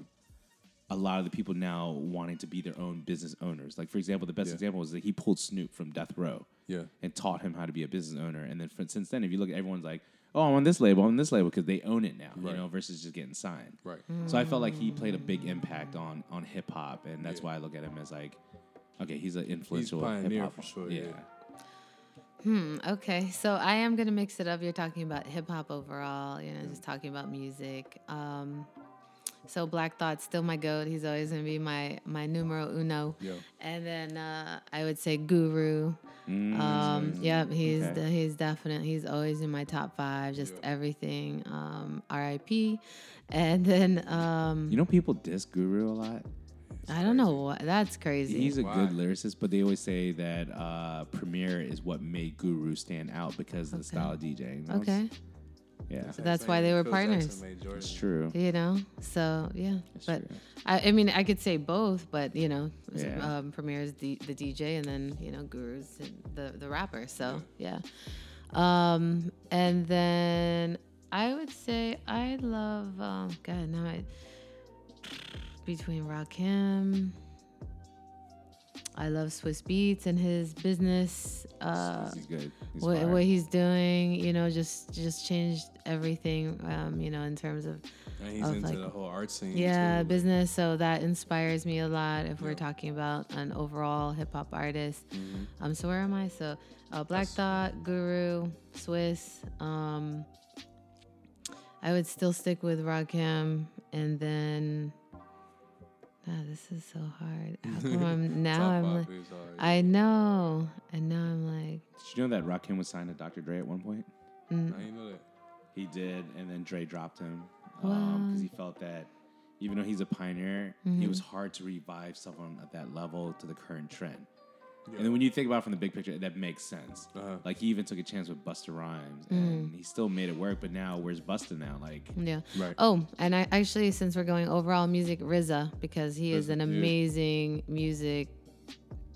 Speaker 1: a lot of the people now wanting to be their own business owners. Like for example, the best
Speaker 2: Yeah.
Speaker 1: example was that he pulled Snoop from Death Row
Speaker 2: Yeah.
Speaker 1: and taught him how to be a business owner. And then from, since then, if you look, at everyone's like, "Oh, I'm on this label, I'm on this label," because they own it now,
Speaker 2: Right.
Speaker 1: you know, versus just getting signed.
Speaker 2: Right.
Speaker 3: Mm.
Speaker 1: So I felt like he played a big impact on on hip hop, and that's
Speaker 2: Yeah.
Speaker 1: why I look at him as like, okay, he's an influential
Speaker 2: pioneer
Speaker 1: hip hop
Speaker 2: for sure,
Speaker 1: Yeah.
Speaker 2: yeah.
Speaker 3: Hmm, okay, so I am gonna mix it up. You're talking about hip hop overall, you know, just talking about music. Um, so Black Thought's still my goat. He's always gonna be my my numero uno.
Speaker 2: Yeah.
Speaker 3: And then uh, I would say Guru. Um, yep, he's
Speaker 1: Mm. Okay.
Speaker 3: de- he's definite. He's always in my top five. Just
Speaker 2: Yeah.
Speaker 3: everything. Um, R.I.P. And then um,
Speaker 1: You know, people diss Guru a lot.
Speaker 3: I don't know what that's crazy.
Speaker 1: He's a
Speaker 2: Why?
Speaker 1: good lyricist, but they always say that uh, Premier is what made Guru stand out because of the style of DJing. That was-
Speaker 3: okay,
Speaker 1: yeah,
Speaker 3: that's why they were partners.
Speaker 1: it's true.
Speaker 3: you know. So yeah,
Speaker 1: That's
Speaker 3: but
Speaker 1: true.
Speaker 3: I, I mean I could say both, but you know,
Speaker 1: Yeah.
Speaker 3: um, Premier is the, the DJ, and then you know Guru's the the rapper. So yeah, um, and then I would say I love um, God now I between Rakim. I love Swiss Beats and his business. Uh,
Speaker 1: he's good. He's
Speaker 3: what,
Speaker 1: fire.
Speaker 3: what he's doing, you know, just just changed everything, um, you know, in terms of
Speaker 2: And he's
Speaker 3: of,
Speaker 2: into
Speaker 3: like-
Speaker 2: the whole art scene.
Speaker 3: yeah,
Speaker 2: too.
Speaker 3: business. So that inspires me a lot if we're
Speaker 2: Yeah.
Speaker 3: talking about an overall hip hop artist.
Speaker 2: Mm-hmm.
Speaker 3: Um, so where am I? So uh, Black
Speaker 2: That's-
Speaker 3: Thought, Guru, Swiss. Um, I would still stick with Rakim, and then. Ah, this is so hard. How come I'm now?
Speaker 2: Top
Speaker 3: I'm.
Speaker 2: five
Speaker 3: Like,
Speaker 2: is uh, alright.
Speaker 3: I know, and now I'm like.
Speaker 1: Did you know that Rakim was signed to Dr. Dre at one point?
Speaker 2: I didn't know that.
Speaker 1: He did, and then Dre dropped him because he felt that even though he's a pioneer, it was hard to revive someone at that level to the current trend. And then when you think about it from the big picture, that makes sense.
Speaker 2: Uh-huh.
Speaker 1: Like he even took a chance with Buster Rhymes, and he still made it work. But now, where's Buster now? Like
Speaker 3: Yeah.
Speaker 2: Right.
Speaker 3: Oh, and I actually, since we're going overall music, RZA, because he is
Speaker 2: RZA,
Speaker 3: an
Speaker 2: yeah.
Speaker 3: amazing music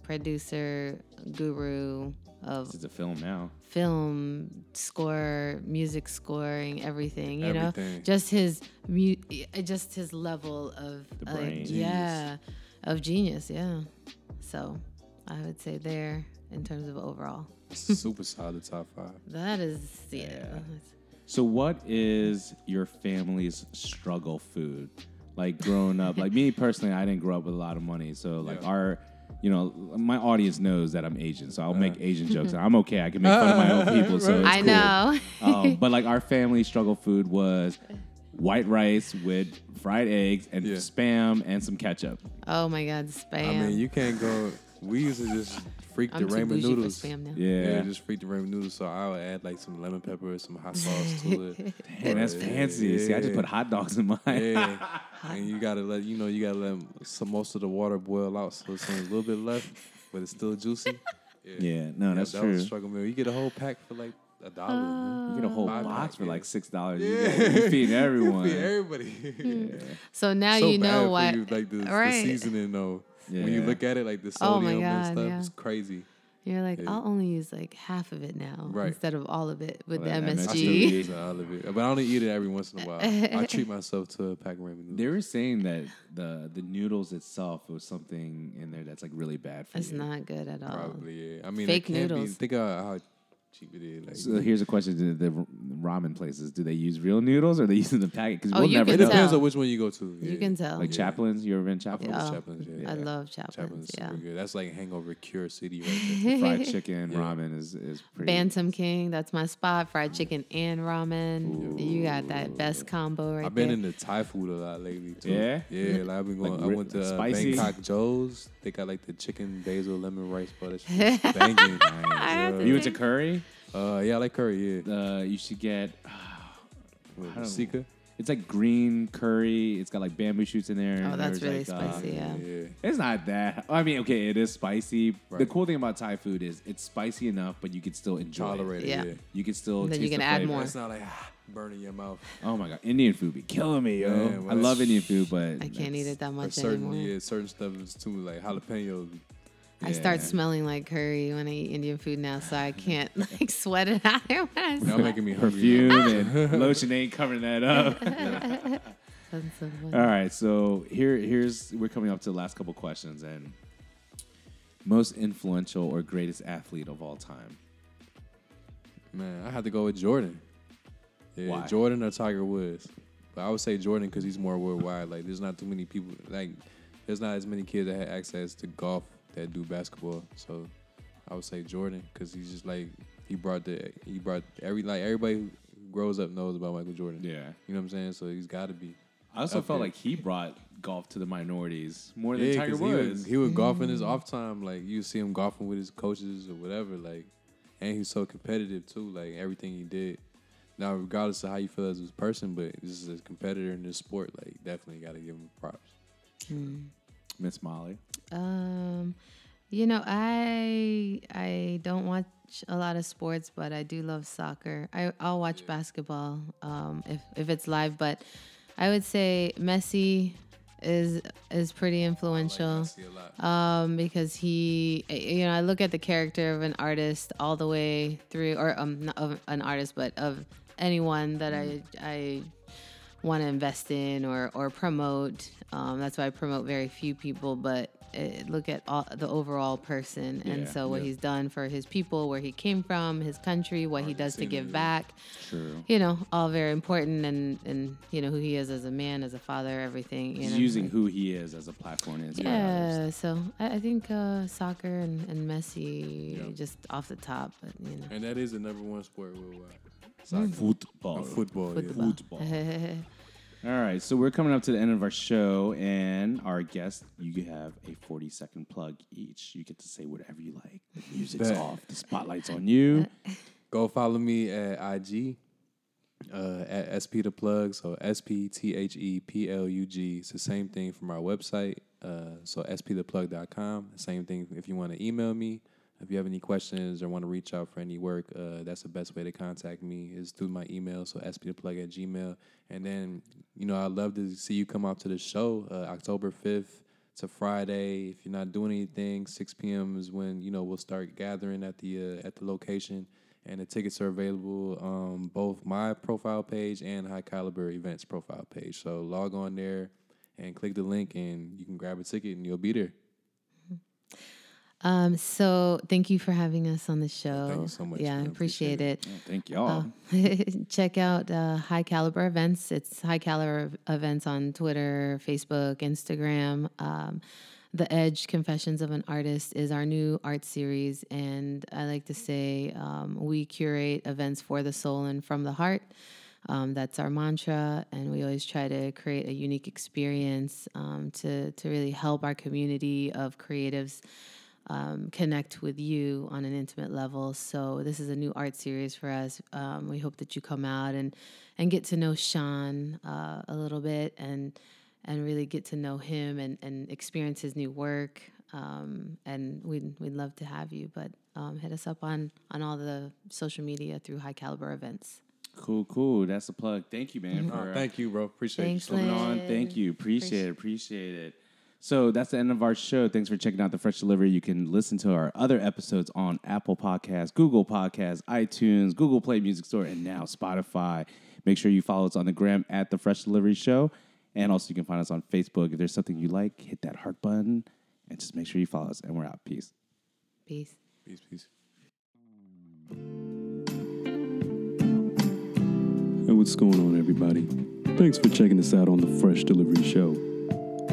Speaker 3: producer, guru of
Speaker 1: this is a film now.
Speaker 3: film score, music scoring, everything. You know,
Speaker 2: Everything.
Speaker 3: just his mu- uh, just his level of
Speaker 1: The
Speaker 3: uh,
Speaker 1: brain.
Speaker 3: yeah, of genius. Yeah. So, I would say there in terms of overall,
Speaker 2: Super solid top five.
Speaker 3: that is yeah.
Speaker 1: So, what is your family's struggle food? Like growing up, like me personally, I didn't grow up with a lot of money. So, like
Speaker 2: Yeah.
Speaker 1: our, you know, my audience knows that I'm Asian, so I'll make Asian jokes. and I'm okay. I can make fun of my own people. So it's
Speaker 3: I
Speaker 1: cool.
Speaker 3: know.
Speaker 1: um, but like our family struggle food was white rice with fried eggs and
Speaker 2: Yeah.
Speaker 1: spam and some ketchup.
Speaker 3: Oh my God, spam.
Speaker 2: I mean, you can't go. We used to just freak
Speaker 3: I'm
Speaker 2: the
Speaker 3: too
Speaker 2: ramen
Speaker 3: bougie
Speaker 2: noodles.
Speaker 3: for spam now.
Speaker 1: Yeah,
Speaker 2: Yeah, just freak the ramen noodles. So I would add like some lemon pepper, some hot sauce to it.
Speaker 1: and that's fancy. See, I just put hot dogs in mine.
Speaker 2: Yeah, and you gotta let you know you gotta let some most of the water boil out, so it's only a little bit left, but it's still juicy.
Speaker 1: Yeah, no,
Speaker 2: Yeah,
Speaker 1: that's
Speaker 2: that
Speaker 1: true.
Speaker 2: was a struggle meal. You get a whole pack for like a dollar. man.
Speaker 1: You get a whole
Speaker 2: Five
Speaker 1: box
Speaker 2: pack,
Speaker 1: for
Speaker 2: yeah.
Speaker 1: like six dollars. Yeah. You feed everyone.
Speaker 2: Feed everybody.
Speaker 3: So now
Speaker 2: so
Speaker 3: Uh, Oh, you
Speaker 2: bad
Speaker 3: know
Speaker 2: for
Speaker 3: why.
Speaker 2: you, like the, the
Speaker 3: right.
Speaker 2: seasoning though. When you
Speaker 1: Yeah.
Speaker 2: look at it, like the
Speaker 3: Oh
Speaker 2: sodium
Speaker 3: my
Speaker 2: and
Speaker 3: God,
Speaker 2: stuff,
Speaker 3: yeah.
Speaker 2: it's crazy.
Speaker 3: You're like,
Speaker 2: Yeah.
Speaker 3: I'll only use like half of it now
Speaker 2: Right.
Speaker 3: instead of all of it with
Speaker 1: Well,
Speaker 3: the
Speaker 1: that
Speaker 2: I
Speaker 1: MSG.
Speaker 2: still
Speaker 3: MSG.
Speaker 2: use all of it, but I only eat it every once in a while. I treat myself to a pack of ramen
Speaker 1: They
Speaker 2: noodles.
Speaker 1: were saying that the the noodles itself was something in there that's like really bad for
Speaker 3: It's
Speaker 1: you.
Speaker 3: not good at all.
Speaker 2: Probably, yeah. I mean,
Speaker 3: Oh. Fake
Speaker 2: it can't
Speaker 3: noodles.
Speaker 2: Be, think of how cheap it is. Like,
Speaker 1: So here's a question: Do the ramen places do they use real noodles or they use in the packet? Because
Speaker 3: Oh,
Speaker 1: we'll
Speaker 3: you
Speaker 1: never
Speaker 2: it
Speaker 3: can
Speaker 1: know.
Speaker 2: depends
Speaker 3: tell.
Speaker 2: on which one you go to.
Speaker 3: You
Speaker 2: yeah.
Speaker 3: can tell.
Speaker 1: Like Chaplins, you ever been Chaplins?
Speaker 3: Yeah.
Speaker 2: Those
Speaker 3: Oh,
Speaker 2: Chaplins, yeah.
Speaker 3: I love
Speaker 2: Chaplins
Speaker 3: chaplains.
Speaker 2: is
Speaker 3: Yeah.
Speaker 2: super good. That's like hangover cure city right there.
Speaker 1: Fried chicken,
Speaker 2: Yeah.
Speaker 1: ramen is is pretty.
Speaker 3: Bantam King, that's my spot.
Speaker 2: Mm.
Speaker 3: Fried chicken and ramen. You got that best combo right
Speaker 2: I've been
Speaker 3: there.
Speaker 2: into Thai food a lot lately too.
Speaker 1: Yeah?
Speaker 2: yeah. Like I've been going.
Speaker 1: Like
Speaker 2: I
Speaker 1: ri-
Speaker 2: went to uh,
Speaker 1: spicy?
Speaker 2: Bangkok Joe's. They got like the chicken basil lemon rice butter. It's banging.
Speaker 3: have
Speaker 2: Yeah.
Speaker 3: to
Speaker 1: You into curry?
Speaker 2: Uh, yeah, I like curry. Yeah,
Speaker 1: Uh, you should get.
Speaker 2: With
Speaker 1: don't-
Speaker 2: Sika.
Speaker 1: It's like green curry. It's got like bamboo shoots in there.
Speaker 3: Oh,
Speaker 1: and
Speaker 3: that's
Speaker 1: there's,
Speaker 3: really
Speaker 1: like, uh,
Speaker 3: spicy. Yeah.
Speaker 2: yeah.
Speaker 1: It's not that. I mean, okay, it is spicy. The
Speaker 2: Right.
Speaker 1: cool thing about Thai food is it's spicy enough, but you can still enjoy
Speaker 2: Tolerate
Speaker 1: it.
Speaker 2: it.
Speaker 3: Yeah.
Speaker 2: Yeah.
Speaker 1: You can still.
Speaker 3: Then you
Speaker 1: taste
Speaker 3: can
Speaker 1: the
Speaker 3: add
Speaker 1: flavor.
Speaker 3: more.
Speaker 2: It's not like ah, burning your mouth.
Speaker 1: Oh my god, Indian food be killing me, yo.
Speaker 2: Man, well,
Speaker 1: I love
Speaker 2: that's-
Speaker 1: Indian food, but
Speaker 3: I can't eat it that
Speaker 2: Or
Speaker 3: much
Speaker 2: certain,
Speaker 3: anymore.
Speaker 2: yeah, certain stuff is too like jalapenos.
Speaker 3: I start
Speaker 1: yeah.
Speaker 3: smelling like curry when I eat Indian food now, so I can't like sweat it out. when I
Speaker 2: Y'all
Speaker 3: smell it.
Speaker 2: making me hungry.
Speaker 1: Perfume
Speaker 2: now.
Speaker 3: Ah!
Speaker 1: and lotion ain't covering that up.
Speaker 3: That's so funny.
Speaker 1: All right, so here, here's we're coming up to the last couple questions and most influential or greatest athlete of all time.
Speaker 2: Man, I had to go with Jordan. Yeah,
Speaker 1: Why?
Speaker 2: Jordan or Tiger Woods. But I would say Jordan because he's more worldwide. Like, there's not too many people. Like, there's not as many kids that had access to golf that do basketball. So, I would say Jordan because he's just like he brought the he brought every like everybody who grows up knows about Michael Jordan.
Speaker 1: Yeah,
Speaker 2: You know what I'm saying? So he's got to be.
Speaker 1: I also
Speaker 2: Up
Speaker 1: felt
Speaker 2: there.
Speaker 1: like he brought golf to the minorities more than
Speaker 2: Yeah,
Speaker 1: Tiger
Speaker 2: 'cause he would-
Speaker 1: Woods.
Speaker 2: He would golf in his off time. Like you see him golfing with his coaches or whatever. Like, and he's so competitive too. Like everything he did. Now, regardless of how you feel as a person, but this is a competitor in this sport. Like, definitely got to give him props.
Speaker 1: Miss Molly.
Speaker 3: Um, you know, I I don't watch a lot of sports, but I do love soccer. I I'll watch basketball um, if if it's live, but I would say Messi is is pretty influential
Speaker 2: see a lot.
Speaker 3: um, because he, you know, I look at the character of an artist all the way through, or um, not of an artist, but of anyone that I I want to invest in or or promote. Um, that's why I promote very few people, but eh, look at all, the overall person and
Speaker 1: Yeah,
Speaker 3: so what
Speaker 1: yeah.
Speaker 3: he's done for his people, where he came from, his country, what he does to
Speaker 2: Argentina,
Speaker 3: give
Speaker 2: yeah.
Speaker 3: back
Speaker 1: True.
Speaker 3: you know, all very important and and you know who he is as a man, as a father, everything. You
Speaker 1: He's
Speaker 3: know,
Speaker 1: using
Speaker 3: like-
Speaker 1: who he is as a platform. to inspire others.
Speaker 3: Yeah, so I, I think uh, soccer and, and Messi
Speaker 2: Yeah.
Speaker 3: just off the top, but you know,
Speaker 2: And that is the number one sport worldwide. Soccer,
Speaker 1: Football.
Speaker 2: Uh, football. yeah.
Speaker 3: football.
Speaker 1: mm-hmm. Football. All right, so we're coming up to the end of our show, and our guest, you have a 40 second plug each. You get to say whatever you like. The music's
Speaker 2: Bet.
Speaker 1: off, the spotlight's on you.
Speaker 2: Go follow me at IG uh, at SP the plug. So S P T H E P L U G. It's the same thing from our website. Uh, so sptheplug.com. Same thing if you want to email me. If you have any questions or want to reach out for any work, uh, that's the best way to contact me is through my email. So sptheplug at gmail. And then, you know, I'd love to see you come out to the show uh, October 5th. It's a Friday. If you're not doing anything, 6 p.m. is when you know we'll start gathering at the uh, at the location, and the tickets are available on both my profile page and High Caliber Events profile page. So log on there and click the link, and you can grab a ticket, and you'll be there.
Speaker 3: um, so thank you for having us on the show.
Speaker 2: thank you so much,
Speaker 3: Yeah, I
Speaker 2: man.
Speaker 3: appreciate
Speaker 2: Appreciate
Speaker 3: it.
Speaker 1: Thank
Speaker 2: Uh,
Speaker 1: y'all.
Speaker 3: Check out uh, High Caliber Events. It's High Caliber Events on Twitter, Facebook, Instagram. Um, the Edge Confessions of an Artist is our new art series, and I like to say um, we curate events for the soul and from the heart. Um, that's our mantra, and we always try to create a unique experience um, to to really help our community of creatives um, connect with you on an intimate level. So this is a new art series for us. Um, we hope that you come out and and get to know Sean uh, a little bit and and really get to know him and and experience his new work. Um, and we'd, we'd love to have you, but um, hit us up on, on all the social media through High Caliber Events.
Speaker 1: Cool, cool. That's the plug. Thank you, man.
Speaker 2: No,
Speaker 1: for- uh,
Speaker 2: thank you, bro. Appreciate
Speaker 3: Thanks,
Speaker 2: you. so much.
Speaker 1: coming on.
Speaker 3: Lynn.
Speaker 1: Thank you. Appreciate it. Appreciate it. So that's the end of our show. Thanks for checking out the Fresh Delivery. You can listen to our other episodes on Apple Podcasts, Google Podcasts, iTunes, Google Play Music Store, and now Spotify. Make sure you follow us on the gram at the Fresh Delivery Show. And also you can find us on Facebook. If there's something you like, hit that heart button and just make sure you follow us. And we're out. Peace.
Speaker 3: Peace.
Speaker 2: Peace, peace.
Speaker 4: Hey, what's going on, everybody? Thanks for checking us out on the Fresh Delivery Show.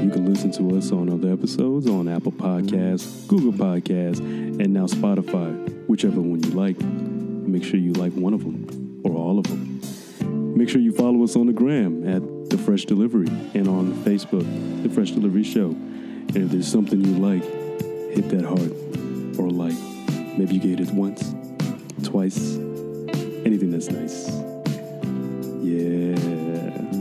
Speaker 4: You can listen to us on other episodes on Apple Podcasts, Google Podcasts, and now Spotify, whichever one you like. Make sure you like one of them or all of them. Make sure you follow us on the gram at The Fresh Delivery and on Facebook, The Fresh Delivery Show. And if there's something you like, hit that heart or like. Maybe you get it once, twice, anything that's nice. Yeah.